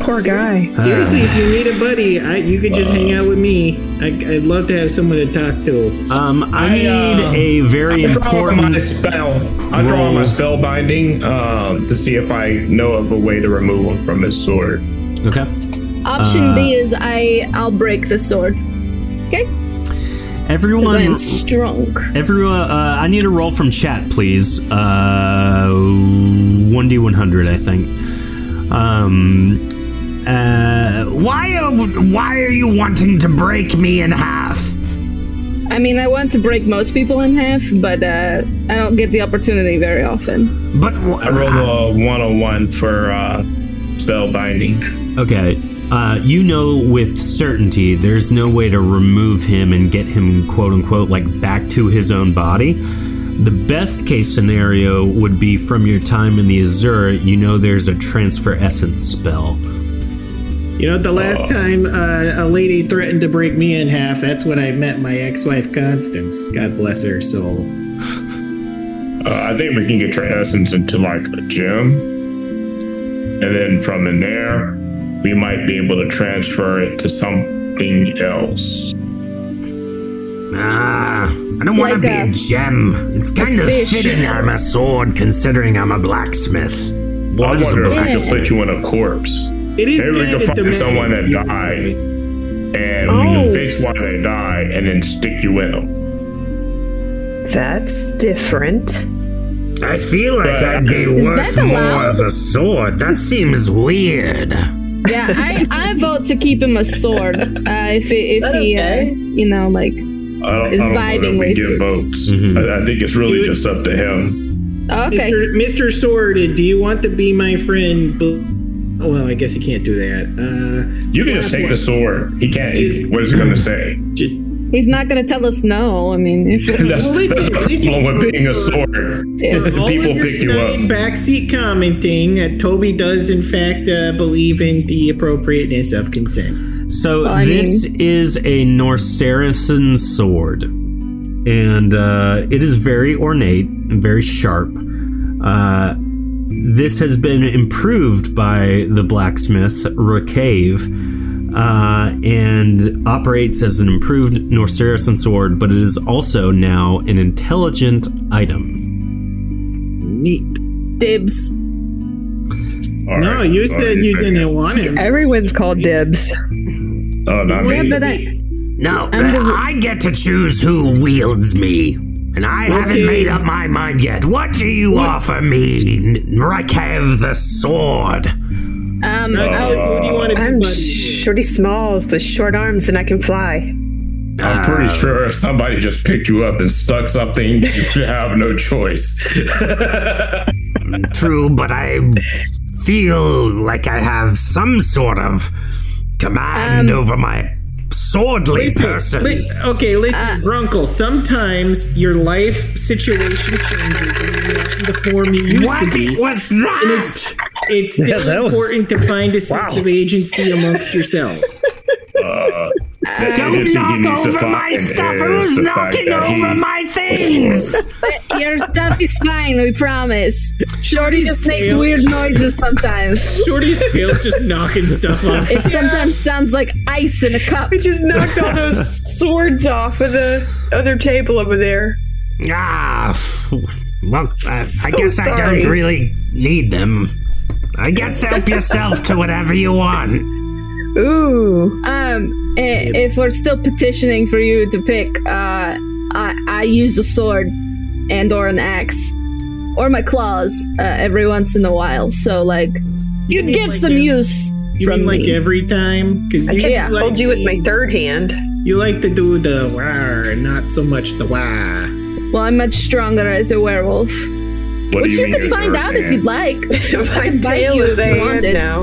Poor guy. Seriously, if you need a buddy, I, you could just hang out with me. I, I'd love to have someone to talk to. Um, I, I, need uh, a very I draw on my important. spell. I draw on my spell binding um, to see if I know of a way to remove him from his sword. Okay. Option B is I. I'll break the sword. Okay, because I Everyone, am strong. everyone. Uh, I need a roll from chat, please. Uh, One d one hundred, I think. Um, uh, Why are, why are you wanting to break me in half? I mean, I want to break most people in half, but uh, I don't get the opportunity very often. But wh- I rolled a one oh on one for uh, spell binding. okay. Uh, you know with certainty there's no way to remove him and get him quote unquote like back to his own body. The best case scenario would be from your time in the Azure, you know there's a transfer essence spell. You know, the last Oh. time uh, a lady threatened to break me in half, that's when I met my ex-wife Constance. God bless her soul. Uh, I think we can get your essence into like a gem, and then from in there, we might be able to transfer it to something else. Ah, I don't want to Like be a- a gem. It's kind a of fish. fitting I'm a sword considering I'm a blacksmith. I Was a wonder if we blacksmith. can put you in a corpse. It is Maybe we kinda can find demented. someone that died, and we can Oh. fix why they die, and then stick you in them. That's different. I feel like I'd be Is worth that more allowed? as a sword. That seems weird. Yeah, I, I vote to keep him a sword. Uh, if he, if he uh, you know, like, I don't, It's I don't know vibing that we with get you. votes. I, I think it's really just up to him. okay. Mr. Mr. Sword, do you want to be my friend? Bl- Oh, Well, I guess you can't do that. Uh, You can just take the sword. He can't. he- Just- what is he going to say? He's not gonna tell us no. I mean, if that's, Well, listen, that's the listen. problem with being a sword. Yeah. all People of your pick you snide up. Backseat commenting. Uh, Toby does, in fact, uh, believe in the appropriateness of consent. So this is a Norcerison sword, and uh, it is very ornate and very sharp. Uh, this has been improved by the blacksmith Recave, uh, and operates as an improved Norcerison sword, but it is also now an intelligent item. Neat. Dibs. no, you said you didn't want it. Everyone's called dibs. Oh, not me. Yeah, but I- no, I'm the- I get to choose who wields me. And I haven't Okay. made up my mind yet. What do you offer me, Rakev the Sword? Um, I'll- Uh, I'm shorty smalls with short arms and I can fly. I'm pretty Um, sure if somebody just picked you up and stuck something, you would have no choice. True, but I feel like I have some sort of command Um, over my swordly person. li- okay, listen, Uh. Grunkle. Sometimes your life situation changes and you're not in the form you used to What be. was that? And it's it's Yeah, still that was- important to find a sense of agency amongst yourself. Uh, the Don't agency he knock needs to over find uh, my stuff. is Who's the fact knocking that over he's- my things? But your stuff is fine, we promise. Shorty just makes tail. weird noises sometimes. Shorty's tail's just knocking stuff off. It sometimes sounds like ice in a cup. We just knocked all those swords off of the other table over there. Ah, well, uh, I, I So guess I sorry. don't really need them. I guess help yourself to whatever you want. Ooh. Um, i- if we're still petitioning for you to pick, uh, I, I use a sword and or an axe or my claws uh, every once in a while. So like, you'd mean get like some ev- use. You mean like every time? Because I you can't like hold you with my to- third hand. You like to do the wah and not so much the wah. Well, I'm much stronger as a werewolf. What do Which you you, mean could you're find third out if hand? you'd like. My I could bite tail you is if a you hand wanted. now.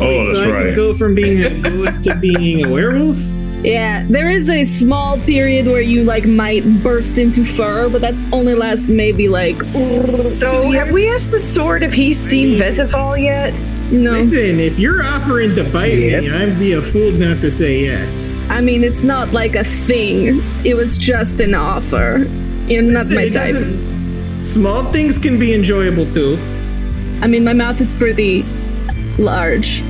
Oh, that's so I right. can go from being a ghost to being a werewolf. Yeah, there is a small period where you like might burst into fur, but that's only lasts maybe like. So, have we asked the sword if he's seen Vesifal yet? No. Listen, if you're offering to bite me, Yes. I'd be a fool not to say yes. I mean, it's not like a thing. It was just an offer. You're not Listen, my it type. doesn't- Small things can be enjoyable too. I mean, my mouth is pretty large.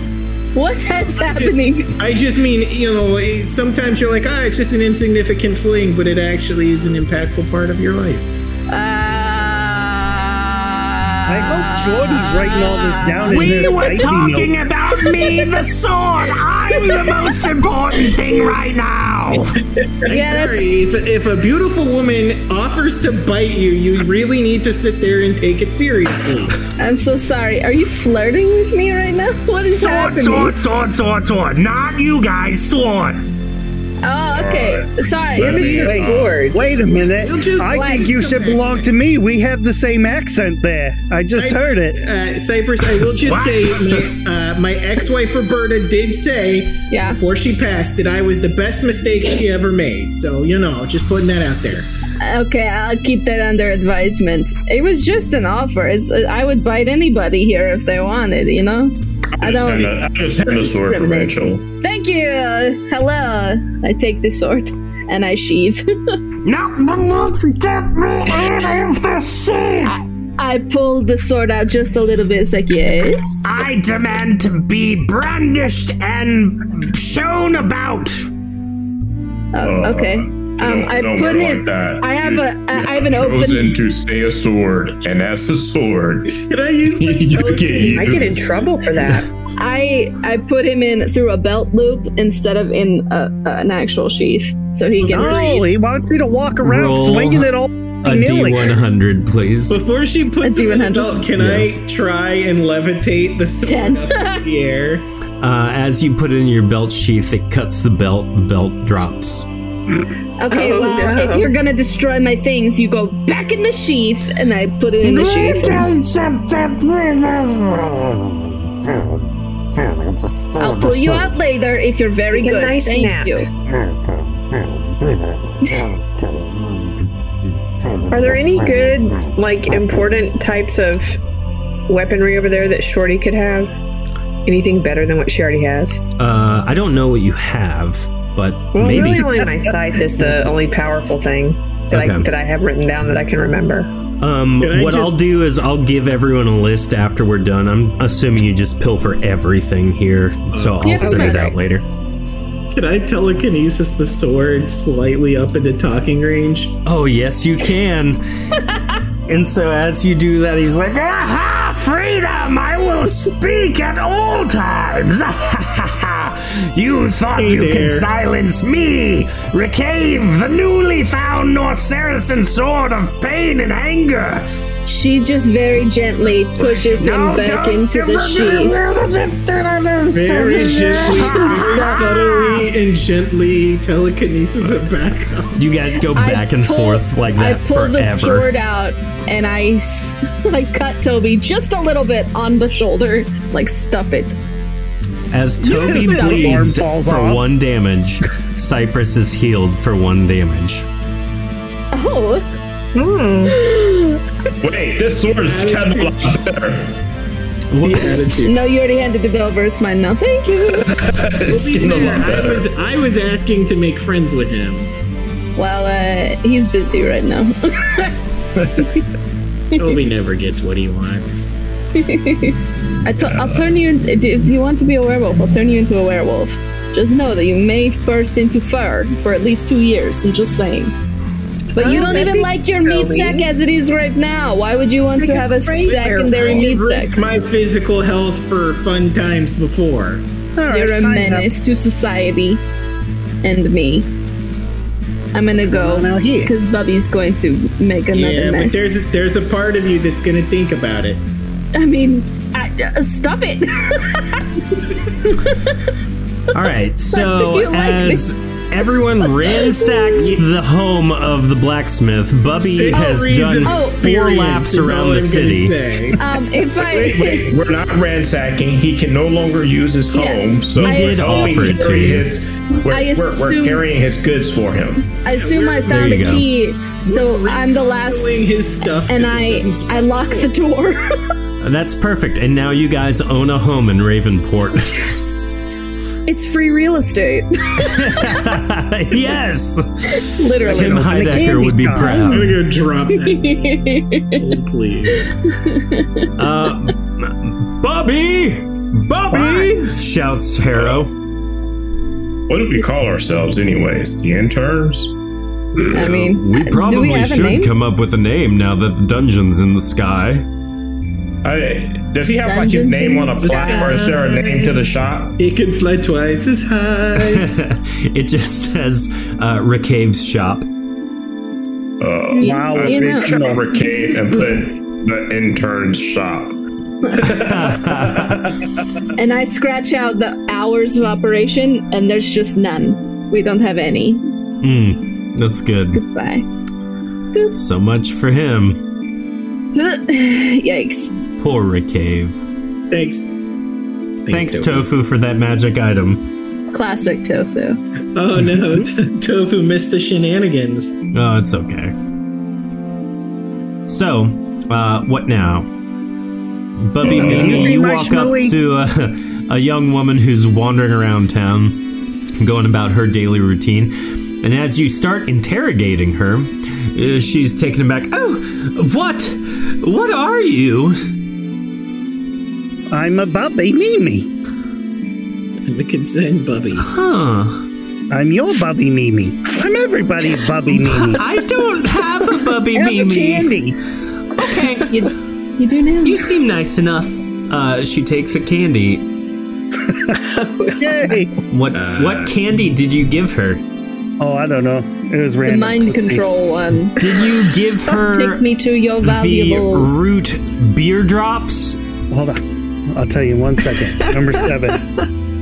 What is happening? I just mean, you know, it- sometimes you're like, ah, it's just an insignificant fling, but it actually is an impactful part of your life. Uh, I hope Jordan's writing all this down in We this were dicey talking note. about me, the sword. I'm the most important thing right now. I'm sorry. If, if a beautiful woman offers to bite you, you really need to sit there and take it seriously. I'm so sorry. Are you flirting with me right now? What is Sword, happening? sword, sword, sword, sword. Not you guys, sword. Oh, okay. Sorry. Give me your sword. Wait a minute. I think you should belong to me. We have the same accent there. I just heard it. Uh, Cypress, I will just What? say my, uh, my ex-wife Roberta did say before she passed that I was the best mistake she ever made. So, you know, just putting that out there. Okay, I'll keep that under advisement. It was just an offer. It's, I would bite anybody here if they wanted, you know? I just don't. hand a- I just hand a sword to discriminate. Rachel. Thank you! uh, Hello! I take this sword and I sheath. No, get me out of the safe! I pull the sword out just a little bit. It's like, yes. I demand to be brandished and shown about. Oh, okay. Um, I Uh, don't put work like him. that. I have You- a. I I have an open. chosen to stay a sword, and as a sword, can I use my I get in trouble for that. I I put him in through a belt loop instead of in a, a- an actual sheath, so he can. No, Oh, breathe. he wants me to walk around Roll swinging it all A nilly. D100, please. Before she puts it in the belt, can Yes. I try and levitate the sword Ten. up in the air? Uh, as you put it in your belt sheath, it cuts the belt. The belt drops. Okay, Oh, well, no. if you're gonna destroy my things, you go back in the sheath, and I put it in the sheath. I'll pull you out later if you're very Take a good. nice Thank nap. you. Are there any good, like, important types of weaponry over there that Shorty could have? Anything better than what she already has? Uh, I don't know what you have, but Well, maybe. really, only my sight is the only powerful thing that, I, Okay. that I have written down that I can remember. Um, Can I what just- I'll do is I'll give everyone a list after we're done. I'm assuming you just pilfer everything here, so I'll Yeah, send it okay. out later. Can I telekinesis the sword slightly up into talking range? Oh yes, you can. and so as you do that, he's like, Aha! Freedom! I will speak at all times! you thought Hey you could there. silence me! Recave the newly found North Saracen sword of pain and anger! She just very gently pushes him back into the sheath. Very gently, very subtly and gently telekinesis it back up. You guys go I back and pull- forth like that I pull forever. the sword out and I, s- I cut Toby just a little bit on the shoulder, like stuff it. As Toby The arm bleeds for falls off. one damage, Cypress is healed for one damage. Oh. wait, this sword is kind of a lot better. No, you already handed it over. It's mine now. Thank you. It's Believe getting a me, lot I better. was I was asking to make friends with him. well, uh, he's busy right now. Toby never gets what he wants. I t- I'll turn you into. If you want to be a werewolf, I'll turn you into a werewolf. Just know that you may burst into fur for at least two years. I'm just saying. But you Oh, don't that'd even be like your meat Toby. sack as it is right now. Why would you want to have a secondary meat risked sack? my physical health for fun times before. You're a menace to society and me. I'm gonna go because Bubby's going to make another yeah, mess. but there's there's a part of you that's gonna think about it. I mean, I, uh, stop it. All right, think so you like as everyone ransacks the home of the blacksmith, Bubby Six has done reasons Oh, four experience laps is all around I'm the gonna city. say. Um, if I Wait, wait, we're not ransacking. He can no longer use his home, Yeah. so I we're did helping offer it to carry you. his- we're, I we're- we're assume- carrying his goods for him. I assume I There found you a go. key, so I'm the last, Doing his stuff and 'cause it I doesn't sp- I lock the door. That's perfect, and now you guys own a home in Ravenport. it's free real estate, yes, literally. Tim Heidecker would be I'm proud. gonna go drop that. Please. Uh, Bobby! Bobby! Shouts Harrow. What do we call ourselves, anyways? The interns? I mean, We uh, probably do we have a name? should come up with a name now that the dungeon's in the sky. I, does he have like his Dungeons name on a and plaque, or is there a name to the shop? It can fly twice as high. it just says uh, Recave's shop. Uh, You- Wow, I you think know. Trevor Cave and put the intern's shop. and I scratch out the hours of operation, and there's just none. We don't have any. Mm, that's good. Bye. So much for him. Yikes. Poor Recave. Thanks. Thanks, Tofu, for that magic item. Classic tofu. Oh no, T- Tofu missed the shenanigans. Oh, it's okay. So, uh, what now? Bubby Mimi, You see you my walk up schmooey? to a, a young woman who's wandering around town, going about her daily routine. And as you start interrogating her, uh, she's taken aback. Oh, what? What are you? I'm a Bubby Mimi. I'm a concerned Bubby. Huh. I'm your Bubby Mimi. I'm everybody's Bubby Mimi. I don't have a Bubby Have a Mimi. candy. Okay. You, you do now. You seem nice enough. Uh, she takes a candy. Yay! What what candy did you give her? Oh, I don't know. It was The random. mind control one. Did you give her Take me to your the valuables. root beer drops? Hold on. I'll tell you in one second. Number seven.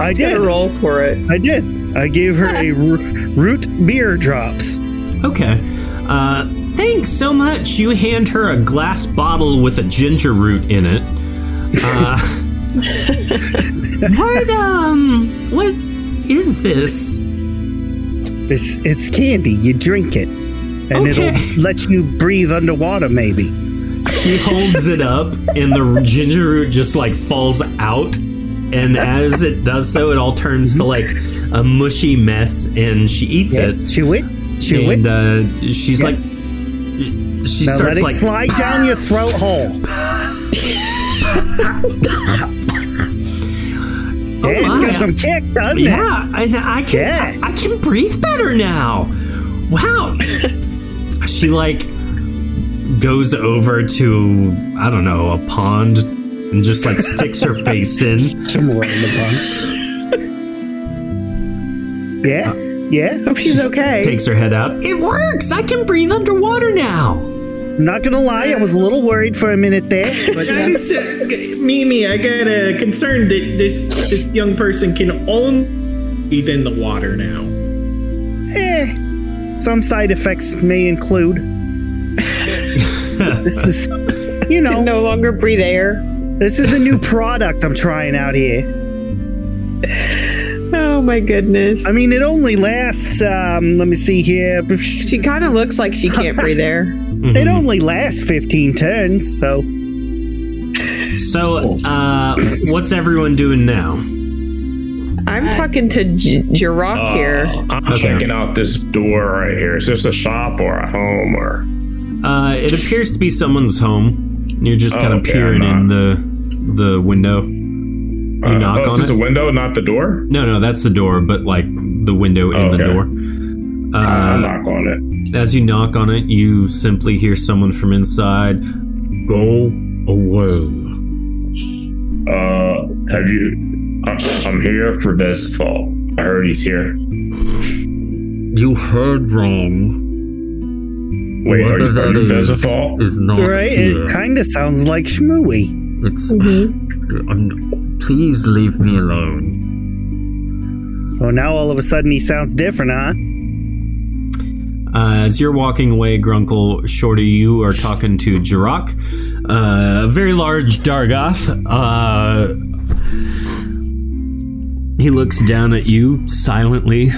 I did roll for it. I did. I gave her a ro- root beer drops. Okay. Uh, thanks so much. You hand her a glass bottle with a ginger root in it. Uh, what um what is this? It's it's candy. You drink it, and Okay. it'll let you breathe underwater. Maybe. She holds it up, and the ginger root just like falls out. And as it does so, it all turns to like a mushy mess, and she eats Yeah, it. Chew it. Chew and it. uh, she's Yeah. like, she now let starts it like slide down your throat hole. Oh yeah, it's my. got some kick, doesn't it? Yeah, and I can I, I can breathe better now. Wow. she like goes over to I don't know a pond and just like sticks her face in. Some Yeah. Yeah. Hope she's okay. Takes her head out. It works. I can breathe underwater now. I'm not gonna lie, I was a little worried for a minute there, but I just, uh, g- Mimi, I got uh, concerned that this this young person can only breathe in the water now. eh, some side effects may include. this is, you know, Can no longer breathe air. this is a new product I'm trying out here. Oh my goodness. I mean, it only lasts. Um, let me see here. she kind of looks like she can't breathe air. It only lasts 15 turns, so So uh, what's everyone doing now? I'm talking to J- Jirok Uh, here. I'm Okay. checking out this door right here. Is this a shop or a home or? Uh, it appears to be someone's home. You're just Oh, kind of okay, peering I'm in the the window. You Uh, knock oh, on is this it. a window, not the door? no, no, that's the door, but like the window and the Okay. door. I Uh, knock on it. as you knock on it, you simply hear someone from inside go away. Uh, have you? I, I'm here for this fall. I heard he's here. You heard wrong. Wait, are you, Whoever are that you is, Vesifal? is not right, here. it kind of sounds like Shmooey. It's. Mm-hmm. I'm- please leave me alone. Well, now all of a sudden he sounds different, huh? Uh, as you're walking away, Grunkle Shorty, you are talking to Jirok, uh, a very large Dargoth. Uh, he looks down at you silently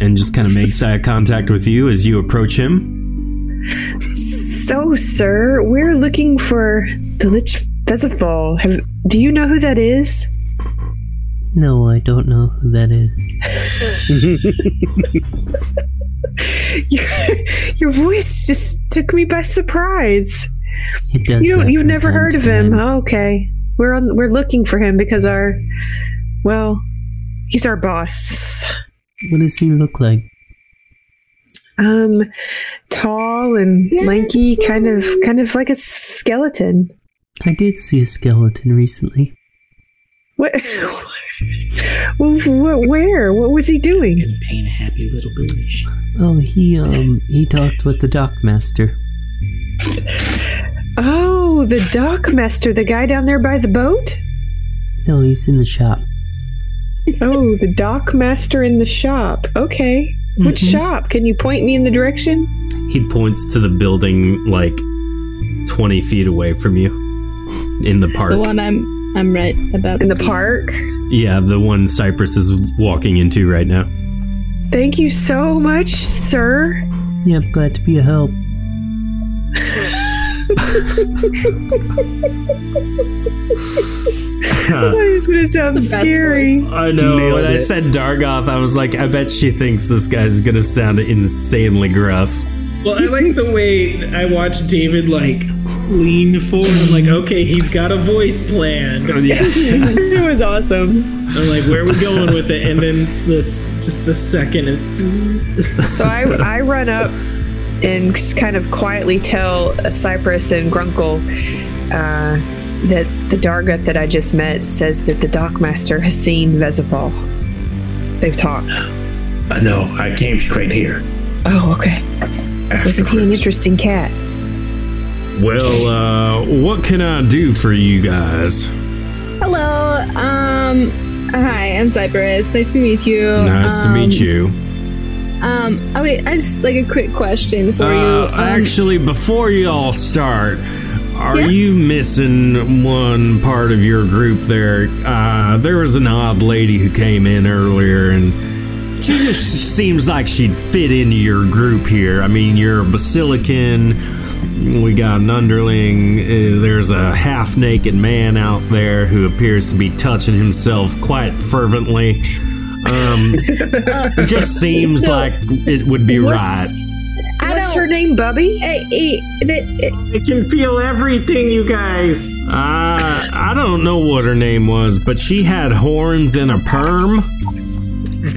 and just kind of makes eye contact with you as you approach him. So, sir, we're looking for the Lich Fezifal. Have, do you know who that is? No, I don't know who that is. Your, your voice just took me by surprise. It does. you that don't, you've from never time heard to of him. time. Oh, okay. We're on, we're looking for him because our well, he's our boss. What does he look like? Um tall and lanky, kind of kind of like a skeleton. I did see a skeleton recently. What Well, wh- where? What was he doing? Paint a happy little bluish. Oh, he um he talked with the dockmaster. Oh, the dockmaster, the guy down there by the boat? No, he's in the shop. Oh, the dockmaster in the shop. Okay. Which shop? Can you point me in the direction? He points to the building like 20 feet away from you in the park. The one I'm I'm right about. In the park? yeah, the one Cypress is walking into right now. Thank you so much, sir. Yeah, I'm glad to be a help. Uh, I thought it was going to sound scary. I know. When when I said Dargoth, I was like, I bet she thinks this guy's gonna sound insanely gruff. Well, I like the way I watched David like lean forward. I'm like, okay, he's got a voice plan. Yeah. it was awesome. I'm like, where are we going with it? And then this, just the second. it- So I, I run up and just kind of quietly tell uh, Cypress and Grunkle uh, that the Dargoth that I just met says that the Dockmaster has seen Vezival. They've talked. I know. I came straight here. Oh, okay. Isn't he an interesting cat? Well, uh, what can I do for you guys? Hello. Um. Hi, I'm Cypress. Nice to meet you. Nice to Um, meet you. Um. Oh wait, I just like a quick question for you. Um, Uh, actually, before you all start, are you missing one part of your group there? Uh, there was an odd lady who came in earlier, and she just seems like she'd fit into your group here. I mean, you're a basilican. We got an underling. Uh, there's a half naked man out there who appears to be touching himself quite fervently. Um, it just seems So- like it would be What's- right. What's her name, Bubby? I, I, I can feel everything, you guys. Uh, I don't know what her name was, but she had horns and a perm.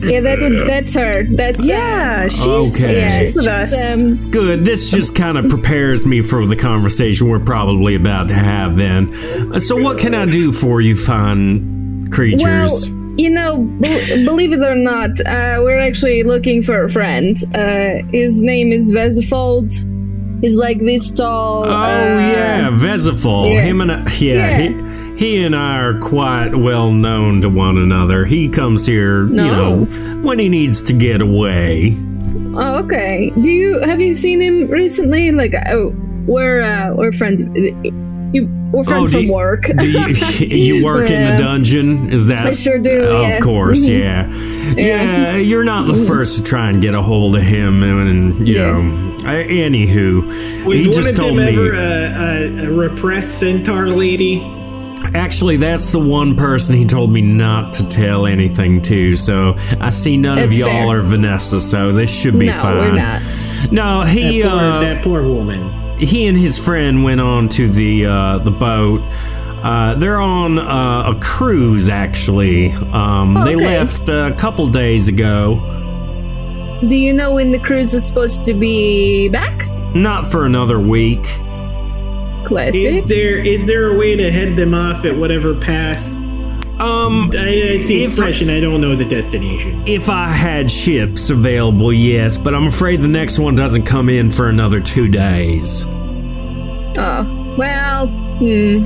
yeah, that would, that's her. That's uh, um, yeah. um, she's- Okay. she's um, with us. Good. This just kind of prepares me for the conversation we're probably about to have then. Uh, So, what can I do for you, fine creatures? Well, you know, b- believe it or not, uh, we're actually looking for a friend. Uh, his name is Vesifold. He's like this tall. oh, yeah, Vesifal. uh, yeah. Him and I, yeah, He, he and I are quite well known to one another. He comes here, you know, No. when he needs to get away. Oh, okay. Do you have you seen him recently? Like, oh, we're uh, we're friends. You we're friends Oh, do from you- work. Do you, you work in Yeah. the dungeon? Is that? I sure do, Of yeah. course, Mhm. yeah. Yeah. yeah. You're not the Mhm. first to try and get a hold of him, and, and, you know. I, anywho, Was he one just of them told me. ever uh, a, a, a repressed centaur lady? Actually, that's the one person he told me not to tell anything to. So I see none of That's y'all fair. are Vanessa, so this should be No, fine. we're not. No, he that poor, uh, that poor woman. he and his friend went on to the uh, the boat. Uh, they're on uh, a cruise, actually. Um, Oh, They okay. left a couple days ago, Do you know when the cruise is supposed to be back? not for another week. Classic. Is there is there a way to head them off at whatever pass? Um, I, I see if- expression. I don't know the destination. If I had ships available, yes, but I'm afraid the next one doesn't come in for another two days. Oh well, hmm,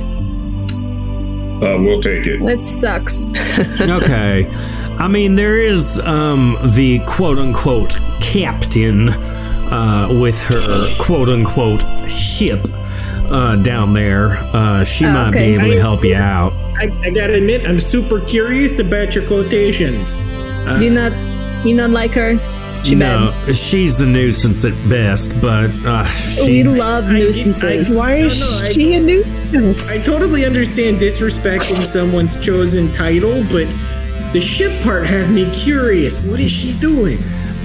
Uh, we'll take it. that sucks. okay. I mean, there is um, the quote unquote captain uh, with her quote unquote ship uh, down there. Uh, she Oh, might okay. be able to I- help you out. I, I gotta admit, I'm super curious about your quotations. Uh, Do you not you not like her? She no, she's a nuisance at best, but uh, she. we love nuisances. Why is she a nuisance? I totally understand disrespecting someone's chosen title, but the ship part has me curious. What is she doing?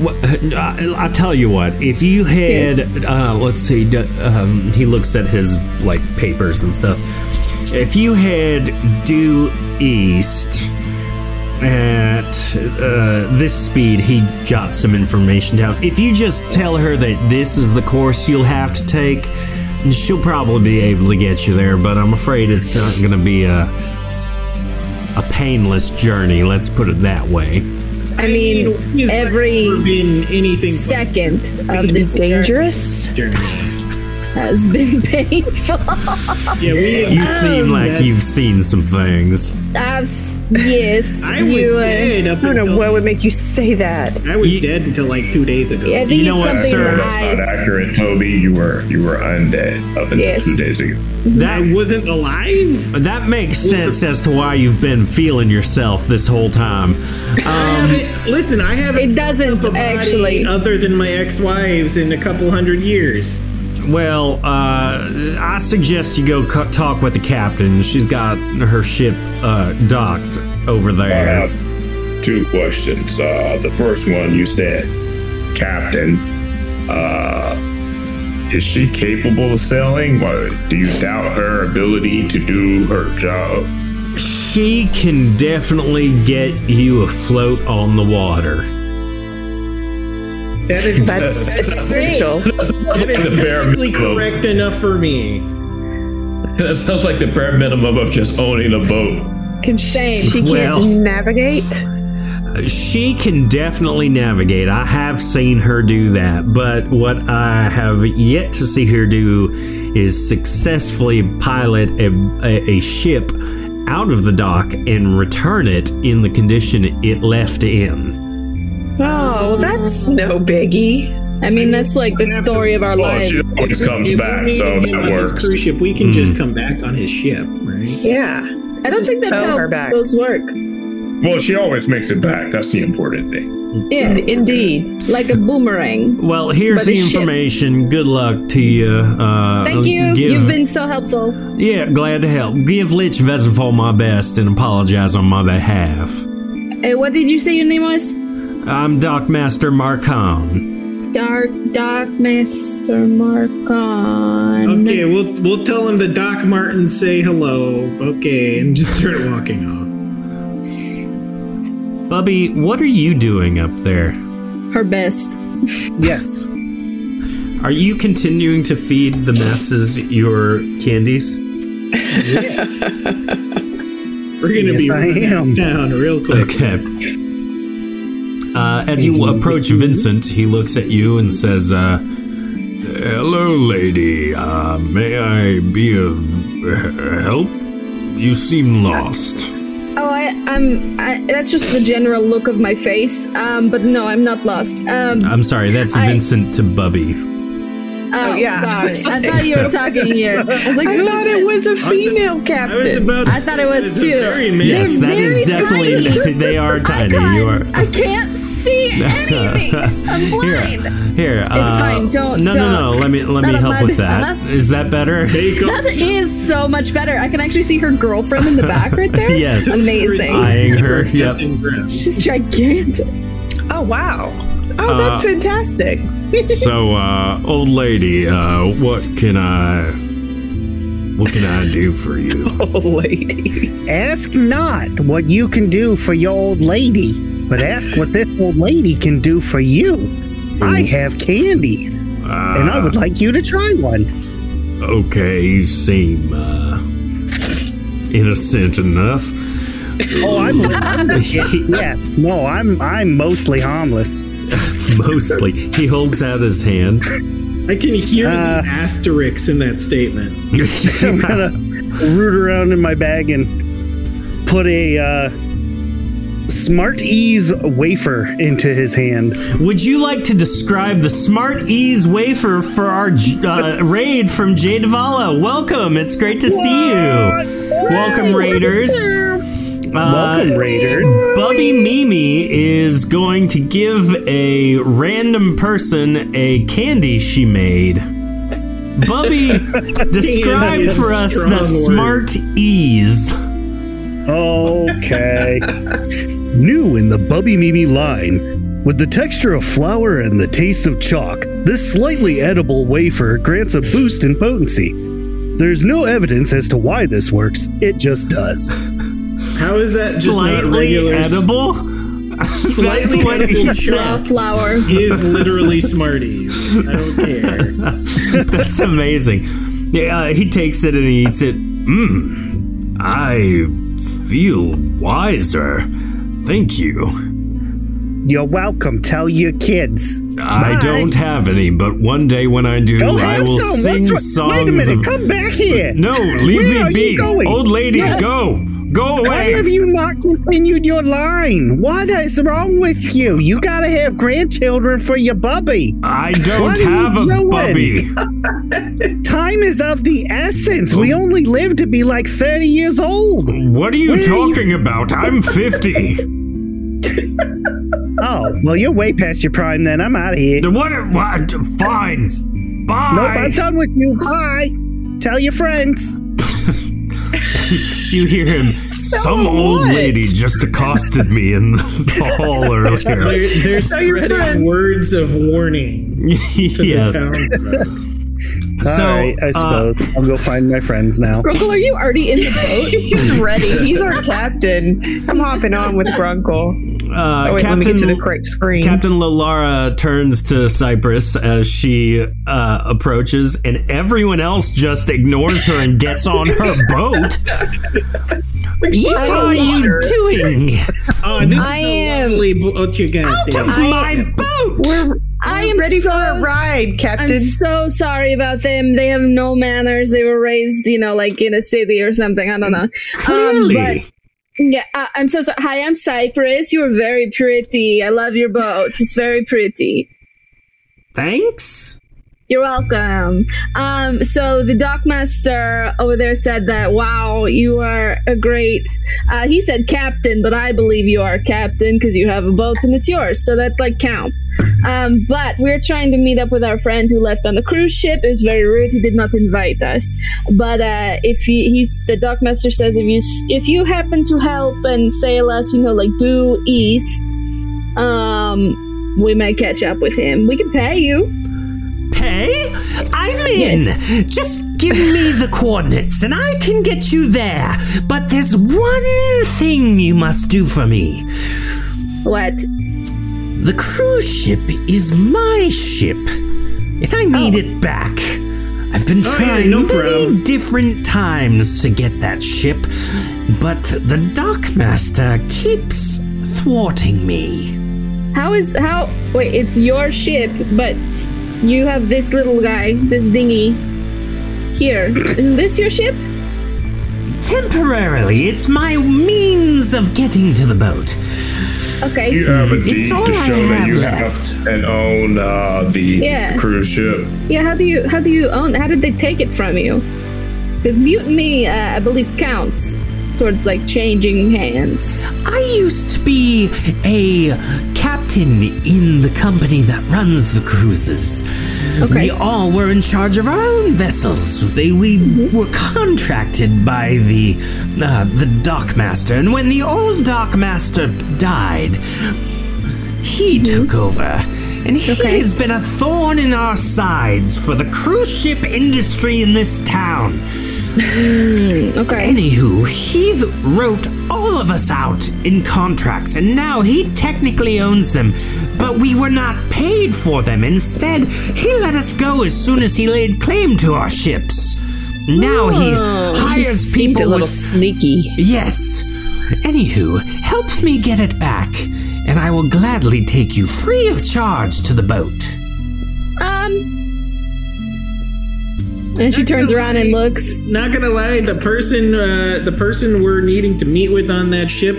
What, I, I tell you what, if you had, uh, let's see, d- um, he looks at his like papers and stuff. If you had due east at uh, this speed, he jots some information down. If you just tell her that this is the course you'll have to take, she'll probably be able to get you there. But I'm afraid it's not going to be a a painless journey. Let's put it that way. I mean, every anything second of this dangerous has been painful. yeah, we You seem Um, like you've seen some things. I've s- yes. I was you, uh, dead up I don't know until- what would make you say that. I was dead until like two days ago. Yeah, I think You know it's what, something sir? in the That's not eyes. accurate, Toby. You were you were undead up until Yes. two days ago. That wasn't alive. That makes Yes, sense as to why you've been feeling yourself this whole time. I haven't, Um, listen, I haven't. It doesn't actually. Other than my ex-wives in a couple hundred years. Well, uh, I suggest you go cu- talk with the captain. She's got her ship uh, docked over I there. have two questions. Uh, the first one, you said, Captain, uh, is she capable of sailing? Or do you doubt her ability to do her job? She can definitely get you afloat on the water. That is That's essential. That The is bare technically minimum. correct enough for me. That sounds like the bare minimum of just owning a boat. Can she, she can't Well- navigate? She can definitely navigate. I have seen her do that, but what I have yet to see her do is successfully pilot a, a, a ship out of the dock and return it in the condition it left in. Oh, that's no biggie. I mean, that's like the story of our Well, lives. she always comes If we back, need so him that on this works. Hmm. Cruise ship, we can just come back on his ship, right? Yeah. I don't think that's tow how her back. those work. Well, she always makes it back. That's the important thing. Yeah, indeed, like a boomerang. Well, here's But the it's shit. information. Good luck to you. Uh, Thank you. give- You've been so helpful. yeah, glad to help. Give Lich Vesifol my best and apologize on my behalf. Uh, what did you say your name was? I'm Dockmaster Marcon. Dark Dark Master Marcon. Okay, we'll we'll tell him the Doc Martin say hello. Okay, and just start walking off. Bubby, what are you doing up there? Her best. Yes. Are you continuing to feed the masses your candies? We're gonna Yes, be I am. down real quick. Okay. Uh, as you approach Vincent, he looks at you and says, uh, Hello, lady. Uh, may I be of uh, help? You seem lost. Oh, I, I'm. I, that's just the general look of my face. Um, but no, I'm not lost. Um, I'm sorry, that's I- Vincent to Bubby. yeah. oh, I yeah. was Sorry, I like- thought you were talking here. I was like, I who thought is it it? was a female captain. I thought it was too. Yes, They're that is very definitely. tiny. They are tiny. You are. I can't see anything. I'm blind. Here, here. It's uh, fine, don't- No, no, no. don't. Let me let me Not on help my with that. behalf. Is that better? That is so much better. I can actually see her girlfriend in the back right there. yes. Amazing. Eyeing her. Yep. She's gigantic. Oh wow. Oh, that's Uh, fantastic. So, uh, old lady, uh, what can I, what can I do for you? old Oh, lady. Ask not what you can do for your old lady, but ask what this old lady can do for you. I have candies, and I would like you to try one. Uh, Okay, you seem uh, innocent enough. Oh, I'm, I'm legit. yeah. No, I'm I'm mostly harmless. Mostly, he holds out his hand. I can hear Uh, the asterisks in that statement. I'm gonna root around in my bag and put a uh, Smart Ease wafer into his hand. Would you like to describe the Smart Ease wafer for our uh, raid from Jay Davala? Welcome. It's great to see you. Welcome, Raiders. Welcome, Raider. Bubby Mimi is going to give a random person a candy she made. Bubby, describe Candy is for a us strong the word. Smart Ease. Okay. New in the Bubby Mimi line. With the texture of flour and the taste of chalk, this slightly edible wafer grants a boost in potency. There's no evidence as to why this works, it just does. How is that just not Slightly regular s- edible? Slightly That's what he edible said. chalk A flower. is literally Smarties. I don't care. That's amazing. Yeah, uh, he takes it and he eats it. Hmm. Mmm, I feel wiser. Thank you. You're welcome. Tell your kids. I Bye. don't have any, but one day when I do, Don't I have will some. sing Oh, What's wrong? songs. Wait a minute. of- Come back here. No, leave Where me are you be. going? Old lady, No. go. Go away. Why have you not continued your line? What is wrong with you? You gotta have grandchildren for your bubby. I don't What are you have a doing? bubby. Time is of the essence. We only live to be like 30 years old. What are you Where are you- talking about? I'm 50. Oh, well, you're way past your prime then. I'm out of here. what, what? Fine. Bye. Nope, I'm done with you. Bye. Tell your friends. You hear him. Some old lady just accosted me in the hall They're, earlier. they're spreading words of warning to Yes. the townsfolk. All right, uh, uh, I suppose I'll go find my friends now. Grunkle, are you already in the boat? He's ready. He's our captain. I'm hopping on with Grunkle. Uh, oh, wait, let me get to the Captain- correct screen. Captain Lalara turns to Cypress as she uh, approaches, and everyone else just ignores her and gets on her boat. What are you doing? Oh, this I is a am- lovely oh, boat you got there. boat! Um, We're, I am ready for a so- ride, Captain. I'm so sorry about them. They have no manners. They were raised, you know, like in a city or something. I don't know. Um, Clearly. but yeah, I, I'm so sorry. Hi, I'm Cypress. You are very pretty. I love your boat. It's very pretty. Thanks. You're welcome. Um, so the dockmaster over there said that, wow, you are a great, uh, he said captain, but I believe you are captain because you have a boat and it's yours. So that like counts. Um, but we're trying to meet up with our friend who left on the cruise ship. It was very rude. He did not invite us. But, uh, if he, he's, the dockmaster says, if you, if you happen to help and sail us, you know, like due east, um, we may catch up with him. We can pay you. Pay? I'm in. Just give me the coordinates and I can get you there. But there's one thing you must do for me. What? The cruise ship is my ship, and I need it back. I've been Oh, yeah, trying Oh. no many problem. different times to get that ship, but the dockmaster keeps thwarting me. How is how? Wait, it's your ship, but you have this little guy, this dinghy here. Isn't this your ship? Temporarily, it's my means of getting to the boat. Okay. You have a deed all to I show that have you have and own uh, the Yeah. cruise ship. Yeah. How do you how do you own? How did they take it from you? Because mutiny, uh, I believe, counts towards like changing hands. I used to be a captain in the company that runs the cruises. Okay. We all were in charge of our own vessels. They we Mm-hmm. were contracted by the uh, the dockmaster, and when the old dockmaster died, he took over. And he Mm-hmm. Okay. has been a thorn in our sides for the cruise ship industry in this town. okay. Anywho, he th- wrote all of us out in contracts, and now he technically owns them, but we were not paid for them. Instead, he let us go as soon as he laid claim to our ships. Now he Oh, he hires seemed people a little with sneaky. Yes. Anywho, help me get it back, and I will gladly take you free of charge to the boat. Um. And she turns around and looks. Not gonna lie, the person, uh, the person we're needing to meet with on that ship,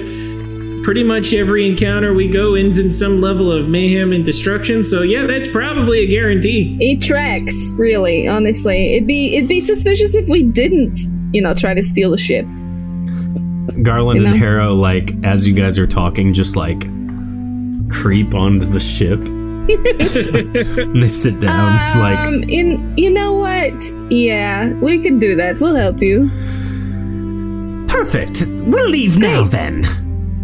pretty much every encounter we go ends in some level of mayhem and destruction. So yeah, that's probably a guarantee. It tracks, really. Honestly, it'd be it'd be suspicious if we didn't, you know, try to steal the ship. Garland You and know? Harrow, like, as you guys are talking, just like creep onto the ship. and they sit down, like, Um, in you know what? Yeah, we can do that. We'll help you. Perfect. We'll leave now then.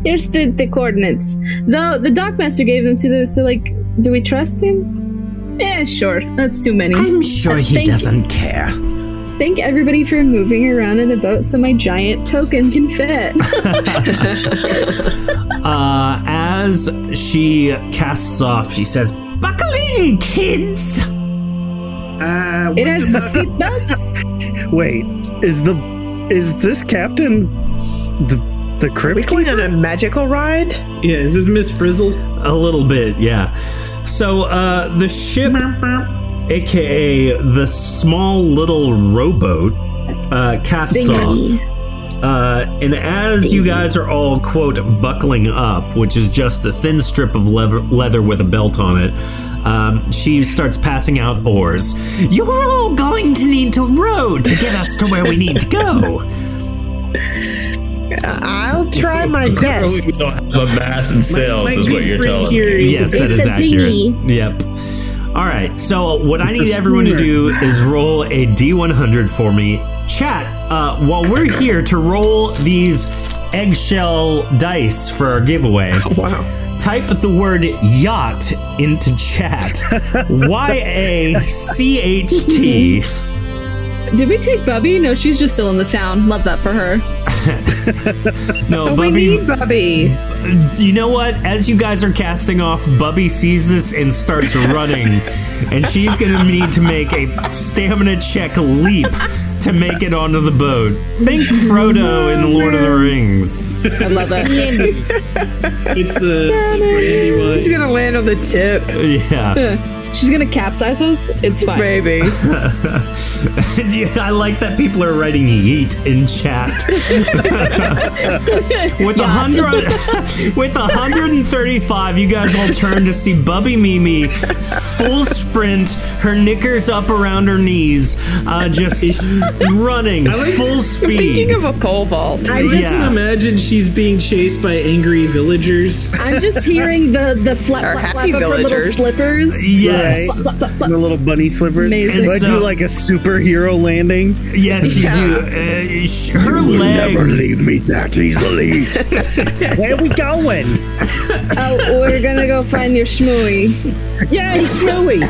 Here's the, the coordinates. Though the dockmaster gave them to us, so like, do we trust him? Yeah, sure. That's too many. I'm sure Uh, he thank- doesn't care. Thank everybody for moving around in the boat so my giant token can fit. uh, as she casts off, she says, Buckle in, kids! Uh, it has seatbelts. Wait, is the is this captain the the we crypt? going on a magical ride? Yeah, is this Miss Frizzle? A little bit, yeah. So uh, the ship, aka the small little rowboat, uh, casts Dinghy. off. Uh, and as you guys are all, quote, buckling up, which is just a thin strip of leather, leather with a belt on it, um, she starts passing out oars. You're all going to need to row to get us to where we need to go. I'll try my We best. don't have a mast and sails, my is what good you're friend telling here me. is- Yes, that It's is a accurate. dinghy. Yep. All right. So what I need everyone to do is roll a d100 for me. Chat. Uh, while we're here to roll these eggshell dice for our giveaway. Wow. Type the word yacht into chat. Y a c h t. Did we take Bubby? No, she's just still in the town. Love that for her. No, Bubby. Bubby. You know what? As you guys are casting off, Bubby sees this and starts running, and she's going to need to make a stamina check leap to make it onto the boat. Think Frodo in Lord of the Rings. I love it. It's the She's gonna land on the tip. yeah. She's gonna capsize us. It's fine. Maybe. Yeah, I like that people are writing yeet in chat. with a hundred with a hundred and thirty-five, you guys all turn to see Bubby Mimi full sprint, her knickers up around her knees, uh, just running full speed. Thinking of a pole vault. I just imagine she's being chased by angry villagers. I'm just hearing the the flap flap flap happy of her little villagers. slippers. Yes. Flap, flap, flap, The little bunny slippers. Amazing. Do I do So- like a superhero landing? Yes, you do. Uh, sh- her legs. me that easily. Where we going? flap. Oh, we're gonna go find your Shmooey. Yay, Shmooey!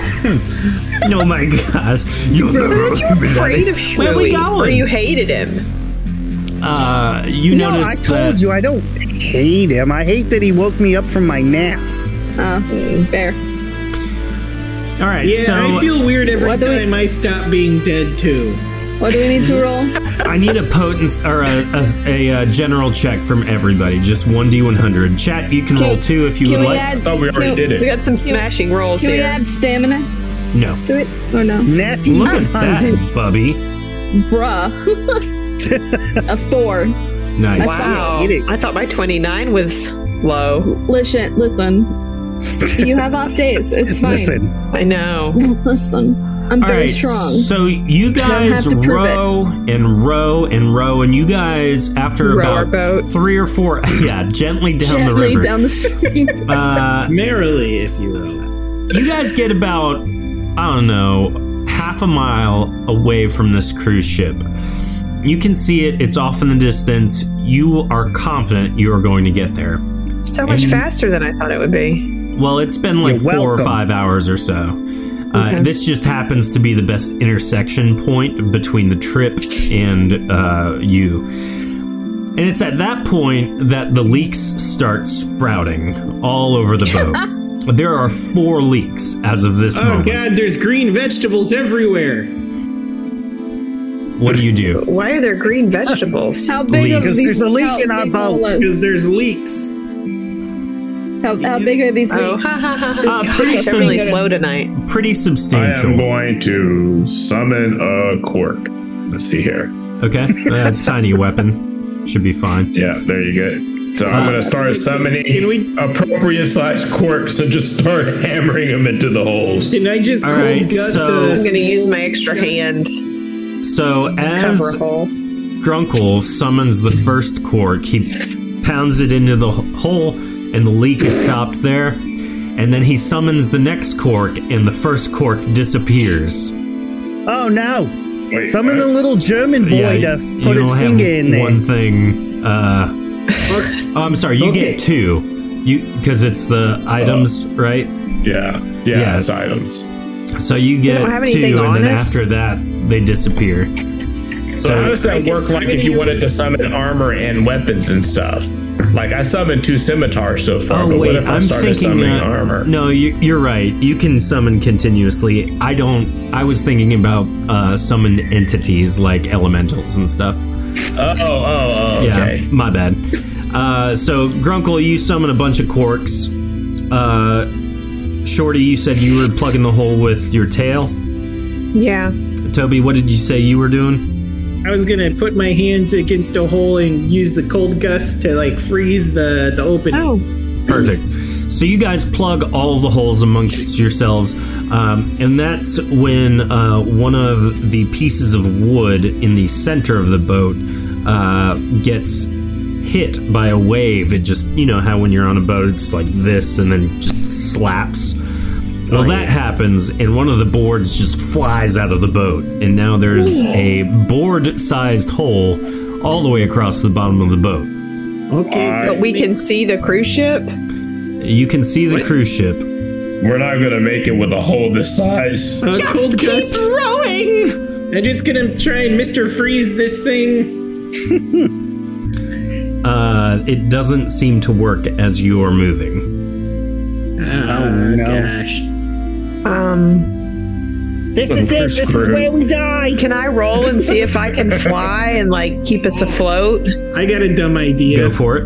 Oh my gosh! You'll never you were afraid of Shmooey. Where we Or going? you hated him. Uh, you no, I noticed told that- you I don't hate him. I hate that he woke me up from my nap. Oh, fair. All right. yeah, so I feel weird every What do we- time I stop being dead too. What do we need to roll? I need a potent or a, a, a, uh general check from everybody. Just one d one hundred. Chat, you can, Can- roll two if you can would we like. add- Oh, can- We got some smashing rolls Can we here. add stamina No. to it or no? Natty Look at that, Bubby. Bruh. a four. Nice. Wow. I thought my 29 was low. Listen, listen. You have off days. It's fine. I know. Listen. I'm All very right, strong. So you don't guys have to prove row and row and row, and you guys after Row our about three or four, yeah, gently down Gently the river. down the street. uh, Merrily, if you will. you guys get about I don't know half a mile away from this cruise ship. You can see it; it's off in the distance. You are confident you are going to get there. It's so much And- faster than I thought it would be. Well, it's been like You're four or welcome. five hours or so. Uh, Okay. this just happens to be the best intersection point between the trip and uh, you. And it's at that point that the leaks start sprouting all over the boat. there are four leaks as of this Oh moment. god, there's green vegetables everywhere. What do you do? Why are there green vegetables? How big of Because these? there's a leak how in our big all are- Because there's leaks. How, how big are these Oh, leaks? ha, ha, ha. Just- Gosh, I'm really slow tonight. Pretty I substantial. am going to summon a cork. Let's see here. Okay, uh, tiny weapon should be fine. Yeah, there you go. So I'm Uh, gonna start summoning appropriate size corks and just start hammering them into the holes. Can I just All cold right, gust so- a- I'm gonna use my extra hand So to as cover a hole. Grunkle summons the first cork. He pounds it into the h- hole, and the leak is stopped there. And then he summons the next cork, and the first cork disappears. Oh no! Wait, Summon a little German boy to you put his only have finger in there. One thing. Uh, oh, I'm sorry. You get two. You because it's the items, right? Yeah, yeah, Yeah. it's items. So you get don't have anything two, and on then us? after that, they disappear. So, how does that work? Like, if you wanted to summon armor and weapons and stuff, like I summoned two scimitars so far. Oh but wait, what if I I'm started thinking. summoning Uh, armor? No, you, you're right. You can summon continuously. I don't. I was thinking about uh, summon entities like elementals and stuff. Oh, oh, oh, okay. Yeah, my bad. Uh, so Grunkle, you summon a bunch of corks. Uh, Shorty, you said you were plugging the hole with your tail. Yeah. Toby, what did you say you were doing? I was gonna put my hands against a hole and use the cold gust to like freeze the the opening. Oh. Perfect. So you guys plug all the holes amongst yourselves, um, and that's when uh, one of the pieces of wood in the center of the boat uh, gets hit by a wave. It just, you know, how when you're on a boat, it's like this, and then just slaps. Well, that happens, and one of the boards just flies out of the boat, and now there's a board sized hole all the way across the bottom of the boat. Okay, but we can see the cruise ship. You can see the cruise ship. We're not gonna make it with a hole this size. Just keep rowing. I'm just gonna try and Mr. Freeze this thing. Uh, it doesn't seem to work as you are moving. oh no. gosh. Um, this is it. This is where we die. Can I roll and see if I can fly and like keep us afloat? I got a dumb idea. Go for it.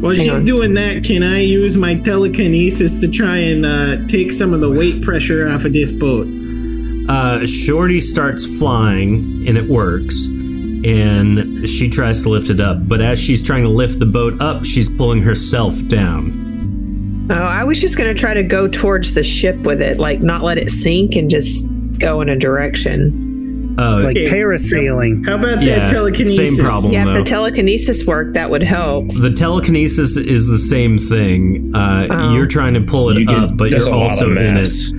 While Hang she's on. doing that, can I use my telekinesis to try and uh, take some of the weight pressure off of this boat? Uh, Shorty starts flying, and it works. And she tries to lift it up, but as she's trying to lift the boat up, she's pulling herself down. Oh, I was just gonna try to go towards the ship with it, like not let it sink and just go in a direction. Uh, Like parasailing. How about Yeah, telekinesis? same problem, yeah, if though. the telekinesis worked, that would help. The telekinesis is the same thing. Uh, Oh. You're trying to pull it You get- up, uh, but there's you're a lot also of in it. mass.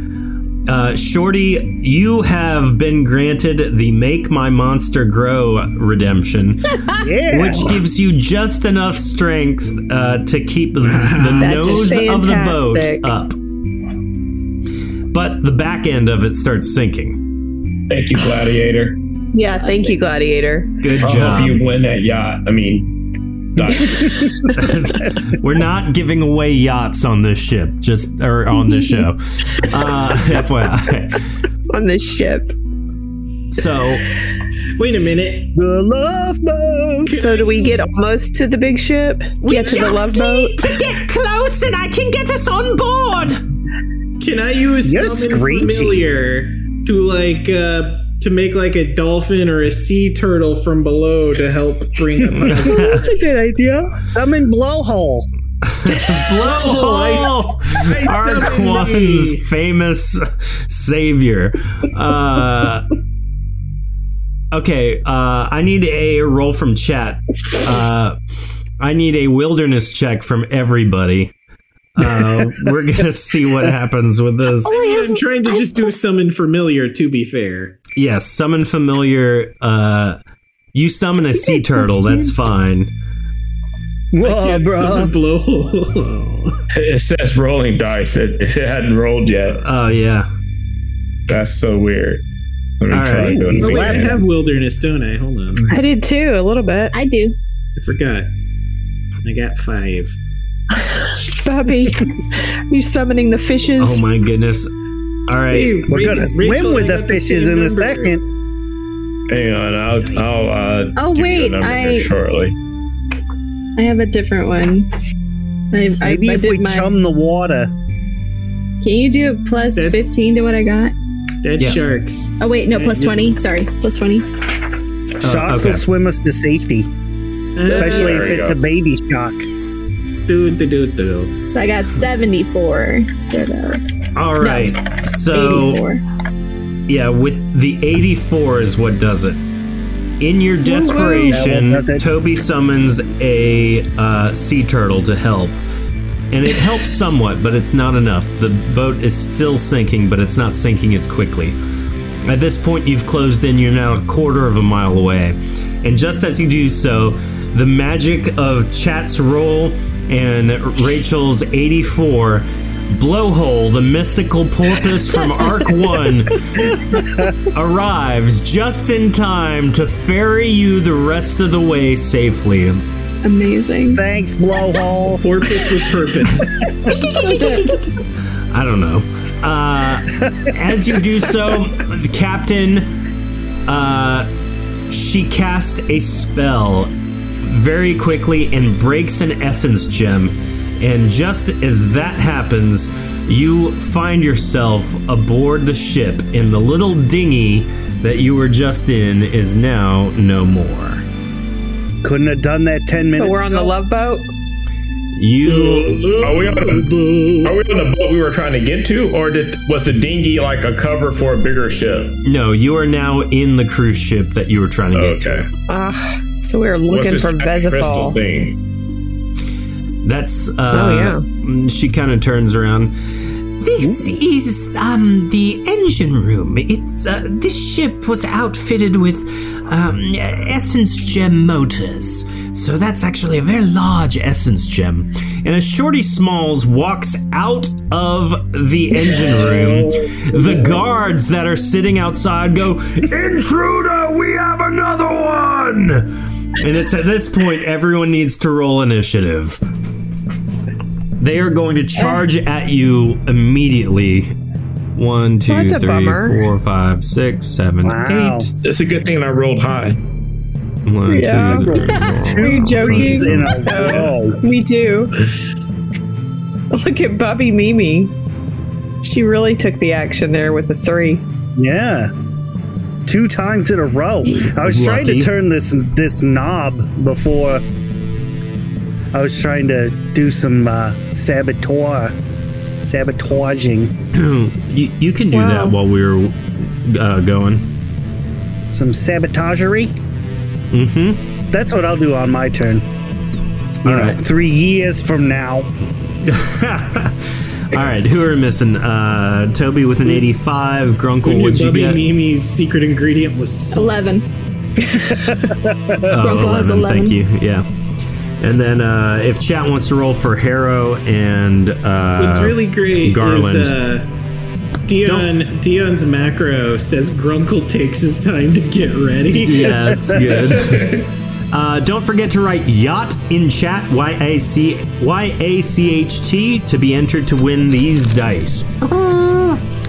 Uh, Shorty, you have been granted the Make My Monster Grow redemption, Yeah. which gives you just enough strength uh, to keep the, the That's nose of the fantastic. boat up. But the back end of it starts sinking. Thank you, Gladiator. Yeah, thank you, Gladiator. Good Oh, I job. hope you win that yacht. I mean, We're not giving away yachts on this ship, just or on this show. Uh, FYI. On this ship. So Wait a minute. The love boat. So do we get almost to the big ship? We get to the just love boat. to get close and I can get us on board. Can I use You're something screechy. familiar to like uh to make like a dolphin or a sea turtle from below to help bring up That's a good idea. Summon blowhole. blowhole. Oh, I, I summoned thee. Arquan's famous savior. Uh, okay, uh, I need a roll from chat. Uh, I need a wilderness check from everybody. Uh, we're gonna see what happens with this. I'm trying to just do summon familiar. To be fair, Yes, summon familiar. Uh, you summon a sea turtle. That's fine. Whoa, summon bro. Oh, blow. it says rolling dice. It, it hadn't rolled yet. Oh yeah, that's so weird. Let me All try right. doing it Oh, wait, I again. have wilderness, don't I? Hold on, I did too, a little bit. I do. I forgot. I got five. Bobby, are you summoning the fishes? Oh my goodness. All right. We're gonna swim Rachel, with I the got the fishes same in a number. second. Hang on, I'll. I'll uh, Oh, give you wait, the number here I- shortly. I have a different one. I, I, Maybe I if did we mine. chum the water. Can you do a plus 15 to what I got? Dead Yeah. sharks. Oh, wait, no, Yeah, plus yeah. 20. Sorry, plus 20. Uh, Sharks will okay. swim us to safety. Especially There we if go. it's a baby shark. Uh, Do do do do. So I got 74. All right. So. 84. Yeah, with the 84 is what does it. In your desperation, Toby summons a uh, sea turtle to help. And it helps somewhat, but it's not enough. The boat is still sinking, but it's not sinking as quickly. At this point, you've closed in. You're now a quarter of a mile away. And just as you do so, the magic of Chat's roll and Rachel's 84 blowhole, the mystical porpoise from Arc 1, arrives just in time to ferry you the rest of the way safely. Amazing. Thanks, blowhole. Porpoise with purpose. I don't know. Uh, as you do so, the captain, uh, she casts a spell very quickly and breaks an essence gem. And just as that happens, you find yourself aboard the ship, and the little dinghy that you were just in is now no more. Couldn't have done that 10 minutes But we're on the love boat. You Are we on the, are we on the boat we were trying to get to, or did, was the dinghy like a cover for a bigger ship? no, you are now in the cruise ship that you were trying to get Okay. Ah, so we we're What's looking this for giant crystal Vesifal. thing? That's uh, Oh, yeah. yeah. She kind of turns around. This is um the engine room. It's uh, this ship was outfitted with um, essence gem motors, so that's actually a very large essence gem. and as Shorty Smalls walks out of the engine room, the guards that are sitting outside go, Intruder, we have another one! And it's at this point everyone needs to roll initiative. They are going to Eh. charge at you immediately. One, two, Well, that's a three, bummer. four, five, six, seven, Wow. eight. It's a good thing I rolled high. One, two, Yeah. three, Are you joking? in a No, me too. Look at Bobby Mimi. She really took the action there with the three. Yeah. Two times in a row. I was trying to Lucky. turn this this knob before I was trying to do some uh, saboteur sabotaging. you, you can do that while we're uh, going. Some sabotagery? Mm-hmm. That's what I'll do on my turn. All right. Three years from now. All right, who are we missing? Uh, Toby with an 85. Grunkle, what'd you Bubby get? Mimi's secret ingredient was salt. Eleven. Oh, Grunkle has 11, Thank 11. you. Yeah. And then uh, if chat wants to roll for Harrow and uh, What's really great Garland. is uh, Dion. Dion's macro says Grunkle takes his time to get ready. yeah, that's good. Uh, don't forget to write yacht in chat y a c y a c h t to be entered to win these dice.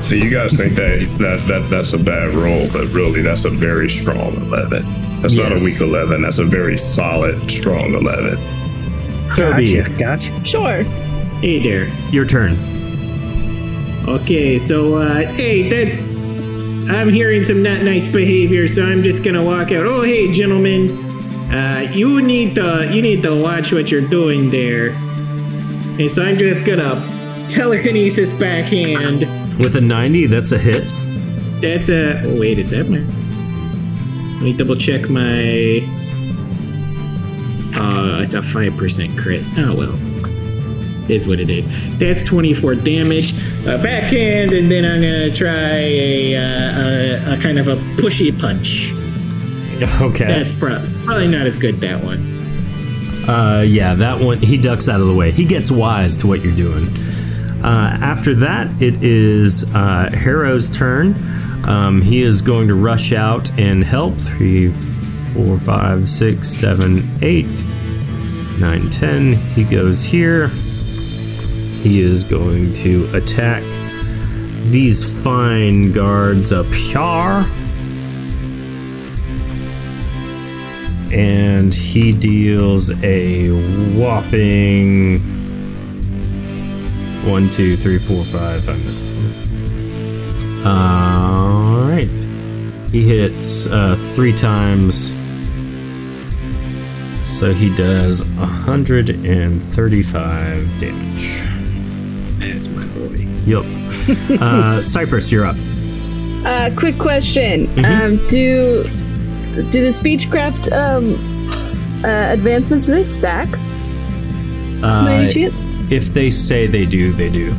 So you guys think that, that that that's a bad roll, but really that's a very strong eleven. That's not Yes. a weak eleven. That's a very solid, strong eleven. Toby. Gotcha, gotcha. Sure. Hey there. Your turn. Okay, so uh, hey, that I'm hearing some not nice behavior, so I'm just gonna walk out. Oh, hey, gentlemen, uh, you need to you need to watch what you're doing there. And so I'm just gonna telekinesis backhand. With a 90, that's a hit. That's a oh, wait, is that my? Let me double check my. Uh, it's a five percent crit. Oh well, is what it is. That's twenty four damage. A backhand, and then I'm gonna try a, uh, a, a kind of a pushy punch. Okay. That's pro- probably not as good that one. Uh, yeah, that one. He ducks out of the way. He gets wise to what you're doing. Uh, after that, it is uh, Harrow's turn. Um, he is going to rush out and help. Three, four, five, six, seven, eight, nine, ten. He goes here. He is going to attack these fine guards up here. and he deals a whopping one, two, three, four, five. I missed one. All right, he hits uh, three times, so he does hundred and thirty-five damage. That's my boy. Yup. uh, Cypress, you're up. Uh, quick question. Mhm. Um, do do the speechcraft um, uh, advancements to this stack? By any chance? Uh, If they say they do, they do.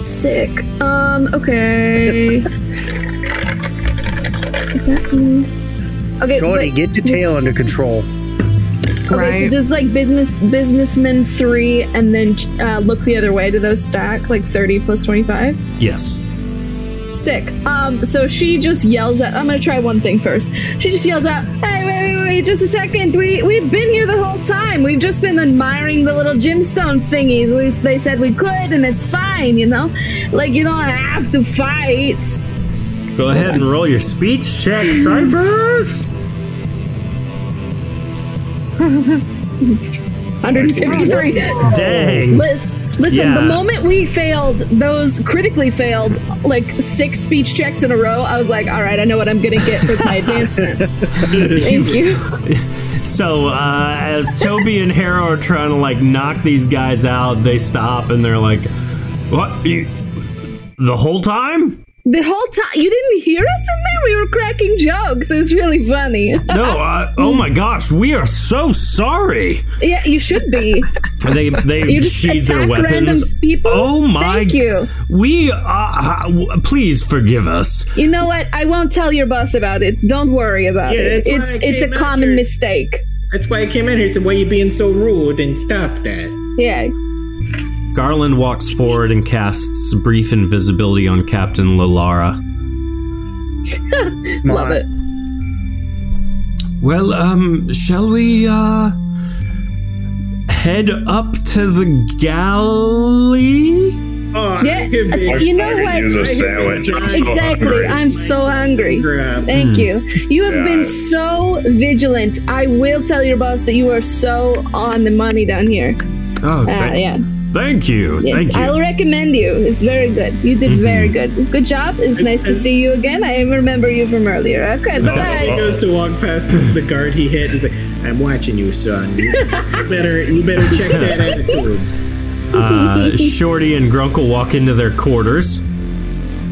Sick. Um. Okay. okay. Shorty, wait, get your tail under control. Okay, so just like business businessman three, and then uh, look the other way to those stack like thirty plus twenty five. Yes. Sick. Um, so she just yells at. I'm gonna try one thing first. She just yells out, "Hey, wait, wait, wait, just a second. We we've been here the whole time. We've just been admiring the little gemstone thingies. We they said we could, and it's fine, you know. Like you don't have to fight." Go ahead and roll your speech check, Cypress. 153. Dang. Lis- Listen, Yeah. the moment we failed those critically failed like six speech checks in a row, I was like, all right, I know what I'm gonna get for my advancements. Thank you. So uh, as Toby and Harrow are trying to like knock these guys out, they stop and they're like, "What? You, the whole time?" the whole time. You didn't hear us in there? We were cracking jokes. It was really funny. No, uh, I, oh my gosh, we are so sorry. yeah, you should be. And they they You just sheathe their attack random weapons. people? Oh my! Thank you. We uh, uh, w- please forgive us. You know what? I won't tell your boss about it. Don't worry about Yeah, it. that's why It's I it's a came out common here. mistake. That's why I came out here. Said, "Why you being so rude?" And stop that. Yeah. Garland walks forward and casts brief invisibility on Captain Lalara. Love it. Well, um, shall we, uh, Head up to the galley. Oh, Yeah, you know I what? could use a sandwich. I'm so exactly. hungry. I'm so hungry. Hmm. Thank Mm. you. You have been Yeah. so vigilant. I will tell your boss that you are so on the money down here. Oh, Uh, thank, yeah. thank you, Yes, thank you. I'll recommend you. It's very good. You did Mm-hmm. very good. Good job. It's nice to see you again. I remember you from earlier. Okay, bye He bye. goes to walk past this, the guard he hit. He's like, "I'm watching you, son. You better, you better check that attitude." Uh, Shorty and Grunkle walk into their quarters.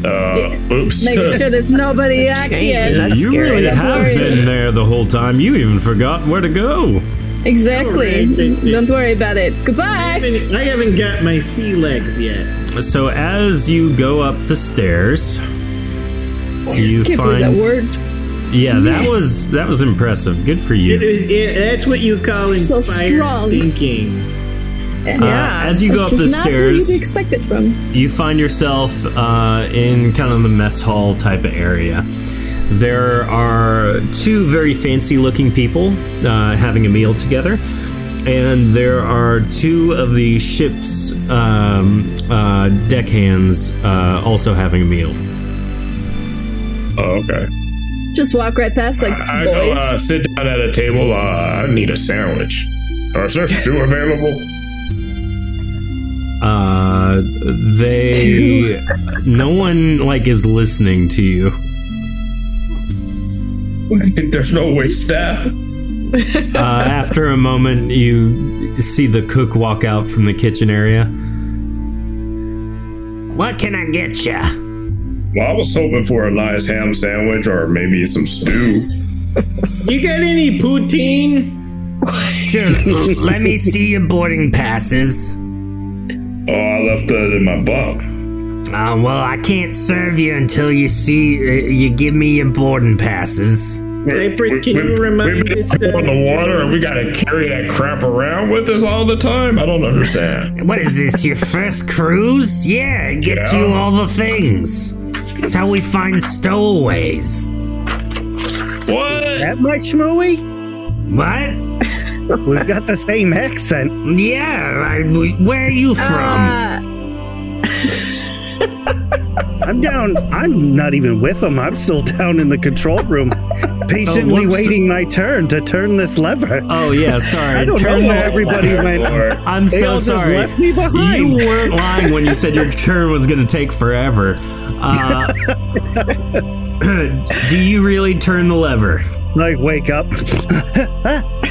Uh, oops. Make sure there's nobody back yet. you really have been there the whole time. You even forgot where to go. Exactly. Don't worry about it. I Goodbye. haven't, I haven't got my sea legs yet. So as you go up the stairs, you Oh, Can't believe find that word. Yeah, that Yes. was that was impressive. Good for you. It is. It, that's what you call So inspired strong. thinking. Uh, as you go Which up the is not where stairs- you'd expect it from. You find yourself uh, in kind of the mess hall type of area. There are two very fancy looking people uh, having a meal together, and there are two of the ship's um, uh, deckhands uh, also having a meal. Oh, okay. Just walk right past, like I go boys. uh, sit down at a table. Uh, I need a sandwich. Or is there stew available? Uh, they. no one, like, is listening to you. There's no way staff. uh, after a moment, you see the cook walk out from the kitchen area. What can I get ya? Well, I was hoping for a nice ham sandwich or maybe some stew. You got any poutine? Sure. let me see your boarding passes. Oh, I left that in my bunk. Uh, well, I can't serve you until you see uh, you give me your boarding passes. Cypress, can you remind We've been us? on Uh, the water and we gotta carry that crap around with us all the time. I don't understand. What is this? Your first cruise? Yeah, it gets Yeah. you all the things. It's how we find stowaways. What? That my schmooey? What? We've got the same accent. Yeah, I, where are Ah. you Uh, I'm down. I'm not even with them. I'm still down in the control room, patiently whoops. waiting my turn to turn this lever. Oh yeah, sorry. I don't Turn know the- where everybody went. I'm They so all sorry. Just left me behind. You weren't lying when you said your turn was going to take forever. Uh, do you really turn the lever? Like wake up. Well,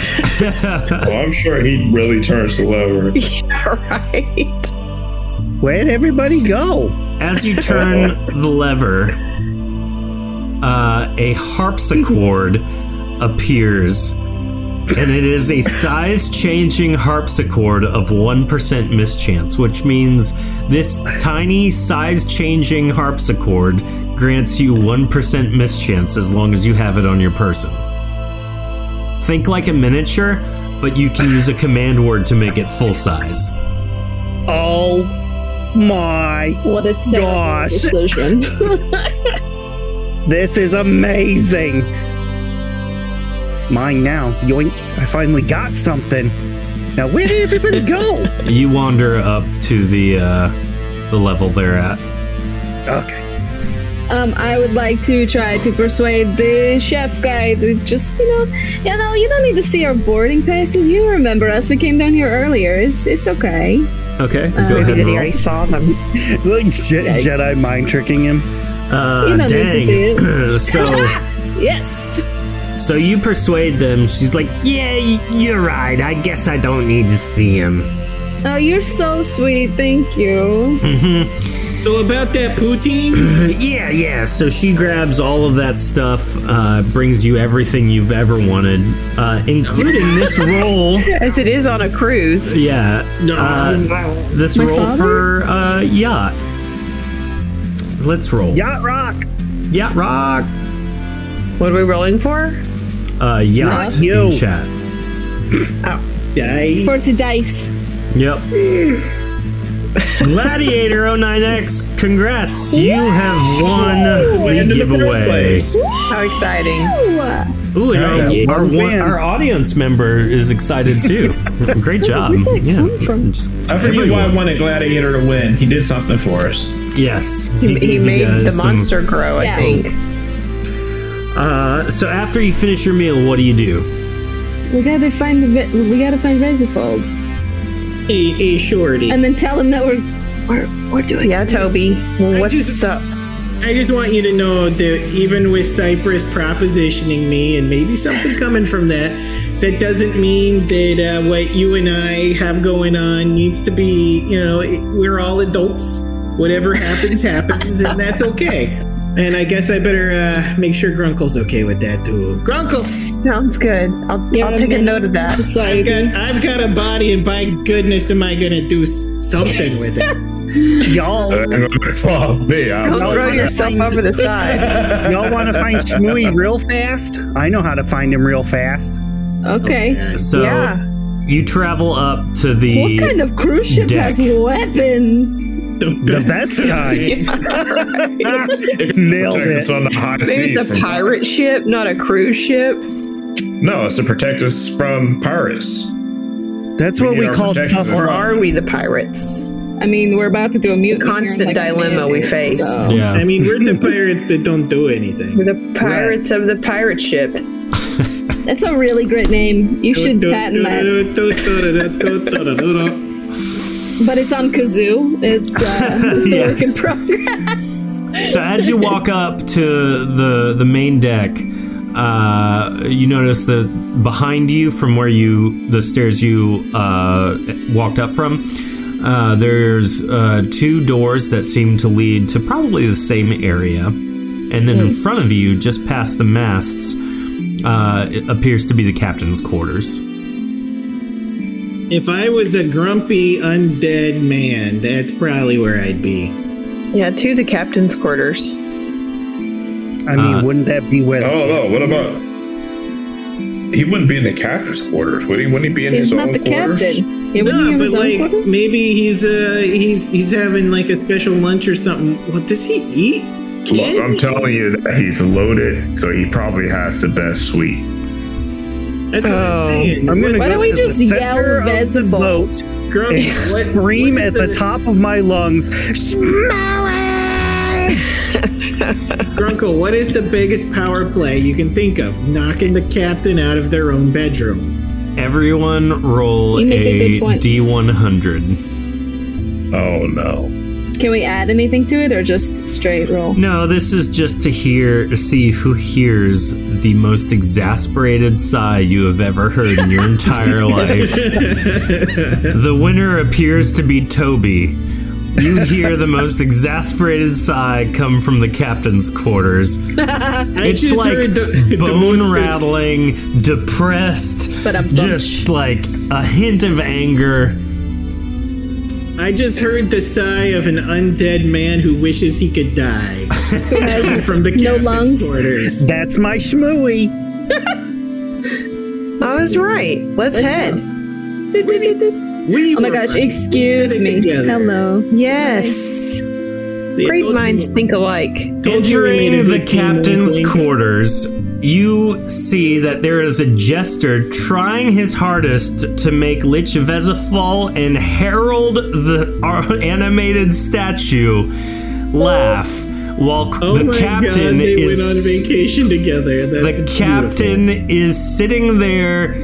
Oh, I'm sure he really turns the lever. Where'd everybody go? As you turn the lever, uh, a harpsichord appears, and it is a size-changing harpsichord of one percent mischance, which means this tiny size-changing harpsichord grants you one percent mischance as long as you have it on your person. Think like a miniature, but you can use a command word to make it full size. Oh my what a terrible gosh. decision. This is amazing. Mine now. Yoink. I finally got something. Now, where did everybody go? You wander up to the uh, the level they're at. Okay. Um, I would like to try to persuade the chef guy to just, you know, you know, you don't need to see our boarding passes. You remember us. We came down here earlier. It's it's okay. Okay, Uh, go maybe ahead. that And he roll. already saw them. like Je- Yikes. Jedi mind tricking him. You Uh, don't need to dang. so Yes. so you persuade them. She's like, Yeah, y- you're right. I guess I don't need to see him. Hmm. Oh, you're so sweet. Thank you. Mm-hmm. So about that poutine, yeah, yeah. So she grabs all of that stuff, uh, brings you everything you've ever wanted, uh, including this roll. As it is on a cruise. Yeah. uh, this My roll father? for uh, yacht. Let's roll. Yacht Rock. Yacht Rock. What are we rolling for? Uh, yacht Not you. in chat. Dice. For the dice. Yep. Gladiator 09X, congrats! You have won the giveaway. How exciting. Ooh, and our, Yeah. our, Oh, one- man. our audience member is excited too. Great job. Yeah. Just I forget everyone. why I wanted Gladiator to win. He did something for us. Yes. He, he made does the some- monster grow, I Yeah. think. Uh, so after you finish your meal, what do you do? We gotta find the ve- we gotta find Rezifold. Hey, hey, shorty. And then tell him that we're we're, we're doing. Yeah, Toby. what's up? I just want you to know that even with Cyprus propositioning me and maybe something coming from that, that doesn't mean that uh, what you and I have going on needs to be, you know, it- we're all adults. Whatever happens, happens, and that's okay. And I guess I better uh, make sure Grunkle's okay with that too. Grunkle! Sounds good. I'll, I'll take a note of that. I've got, I've got a body, and by goodness, am I going to do s- something with it? Y'all. Oh, me. I'm Don't throw yourself over the side. Y'all want to find Shmooey real fast? I know how to find him real fast. Okay. So you travel up to the. What kind of cruise ship deck. has weapons? The best guy. Nailed it. On the high Maybe seas it's a from- pirate ship, not a cruise ship. No, it's to protect us from pirates. That's We what need we our call protection tough as Or well. are we the pirates? I mean, we're about to do a mutiny. here in, Constant like, a dilemma minute, we face. so- Yeah. I mean, we're the pirates that don't do anything. We're the pirates of the pirate ship. That's a really great name. You should patent that. that. But it's on Kazoo. It's, uh, it's a work in Yes. progress. So as you walk up to the the main deck, uh, you notice that behind you, from where you the stairs you uh, walked up from, uh, there's uh, two doors that seem to lead to probably the same area, and then in Hmm. front of you, just past the masts, uh, it appears to be the captain's quarters. If I was a grumpy undead man, that's probably where I'd be. Yeah, to the captain's quarters. I mean, wouldn't that be where? Oh no! What about? He wouldn't be in the captain's quarters, would he? Wouldn't he be in He's his not own the quarters? captain. Yeah, wouldn't No, he have but his own like quarters? maybe he's uh he's he's having like a special lunch or something. What does he eat? Look, I'm telling you that he's loaded, so he probably has the best suite. That's what I'm saying. Oh, I'm gonna Oh. Why go don't we to just the yell center of the Vezival? boat Grumpy, and what- scream what is at the, top of my lungs. Smell Grunkle, what is the biggest power play you can think of? Knocking the captain out of their own bedroom. Everyone roll You make a good a point. D100. Oh no. Can we add anything to it or just straight roll? No, this is just to hear, see who hears the most exasperated sigh you have ever heard in your entire life. The winner appears to be Toby. You hear the most exasperated sigh come from the captain's quarters. I It's just like heard the- the bone most- rattling, depressed, But I'm just like a hint of anger. I just heard the sigh of an undead man who wishes he could die. From the no lungs. Quarters. it. That's my Shmooey. I was right. Let's head. Doot, doot, doot, doot. We Oh my were gosh, right. excuse Sit me. together. Hello. Yes. I Great told minds think alike. Entering the captain's quarters, you see that there is a jester trying his hardest to make Lich Veza fall and Harold the ar- animated statue laugh while c- Oh the my captain God, they is went on vacation together. That's the captain is sitting there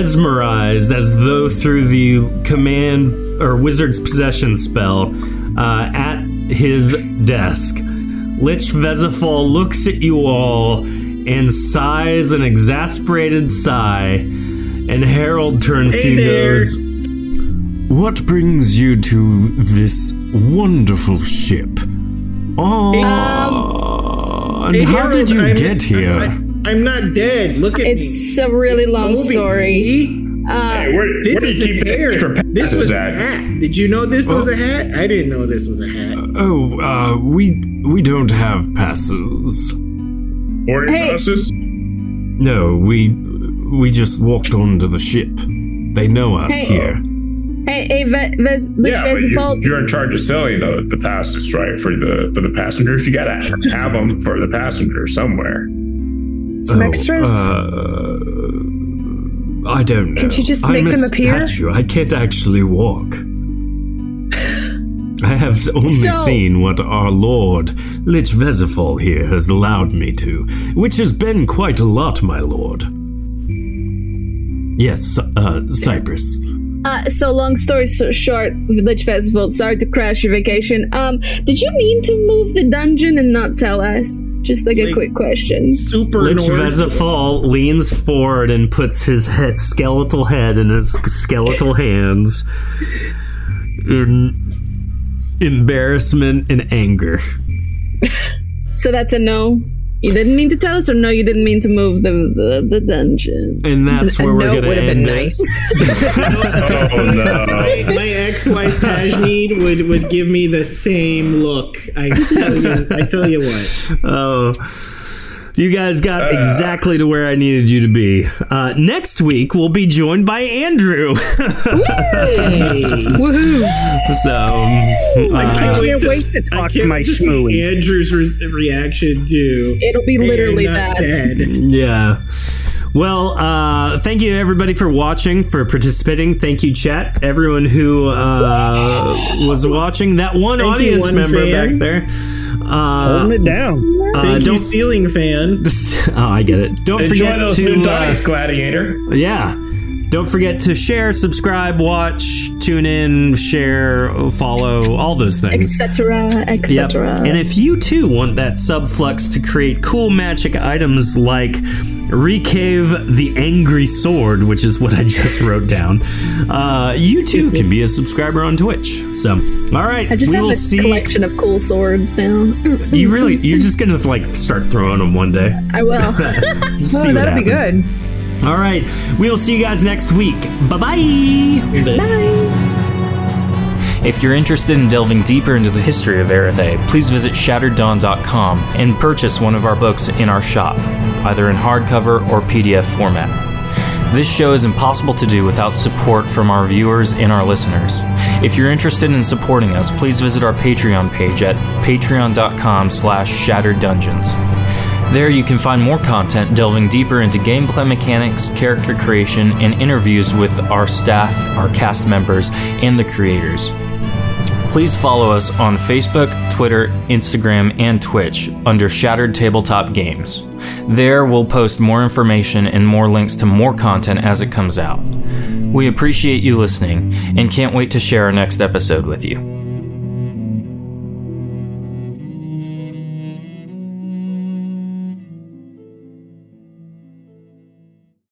mesmerized as though through the command or wizard's possession spell uh, at his desk. Lich Vezafol looks at you all and sighs an exasperated sigh, and Harold turns to Hey you there. and goes, What brings you to this wonderful ship? Oh, and um, Hey, how Harold, did you I'm- get here? I'm not dead. Look at me. It's a really long Toby, story. Uh, Hey, where- This Where do you keep the extra This was a hat. Did you know this was a hat? I didn't know this was a hat. Oh, uh, we we don't have passes. Boarding Hey. passes? No, we we just walked onto the ship. They know us Hey. here. hey, hey, Ve- Vez, which Yeah, but you're, Vezifault? you're in charge of selling the, the passes, right? For the for the passengers, you gotta have them for the passengers somewhere. Some extras? Oh, Uh, I don't know. Can't you just I'm make a them appear? Statue. I can't actually walk. I have only So- seen what our Lord Lich Vesifal here has allowed me to, which has been quite a lot, my lord. Yes, uh, Cyprus. Uh, so long story so short, Village Festival. Sorry to crash your vacation. Um, did you mean to move the dungeon and not tell us? Just like a quick question. Super Lich Vezafal leans forward and puts his head, skeletal head in his skeletal hands in embarrassment and anger. So that's a no. You didn't mean to tell us, or no, you didn't mean to move the the, the dungeon. And that's where we're going to end it. Oh My, no. my ex-wife Tajmeed would would give me the same look. I tell you, I tell you what. Oh. You guys got exactly to where I needed you to be. Uh, next week, we'll be joined by Andrew. So, um, I uh, can't wait to, wait to I talk to can't my wait to see shmooey. Andrew's re- reaction to It'll be "Hey, literally you're not that. Dead. Yeah. Well, uh, thank you everybody for watching, for participating. Thank you, chat. Everyone who uh, was watching, that one Thank you, audience one member fan. back there. Uh, Holding it down. uh, Thank you, don't- ceiling fan. oh, I get it. Don't Enjoy forget those to new uh, dice, Gladiator. yeah. Don't forget to share, subscribe, watch, tune in, share, follow, all those things. Etc. Yep. Etc. And if you too want that subflux to create cool magic items like Recave the Angry Sword, which is what I just wrote down, uh, you too can be a subscriber on Twitch. So, all right, I just we have will a see. collection of cool swords now. You really, you're just gonna like start throwing them one day. I will. Oh, Oh, See what happens. All right, we will see you guys next week. Bye-bye. Bye. If you're interested in delving deeper into the history of Erethe, please visit shattereddawn.com and purchase one of our books in our shop, either in hardcover or PDF format. This show is impossible to do without support from our viewers and our listeners. If you're interested in supporting us, please visit our Patreon page at patreon.com slash shattereddungeons. There you can find more content delving deeper into gameplay mechanics, character creation, and interviews with our staff, our cast members, and the creators. Please follow us on Facebook, Twitter, Instagram, and Twitch under Shattered Tabletop Games. There we'll post more information and more links to more content as it comes out. We appreciate you listening and can't wait to share our next episode with you.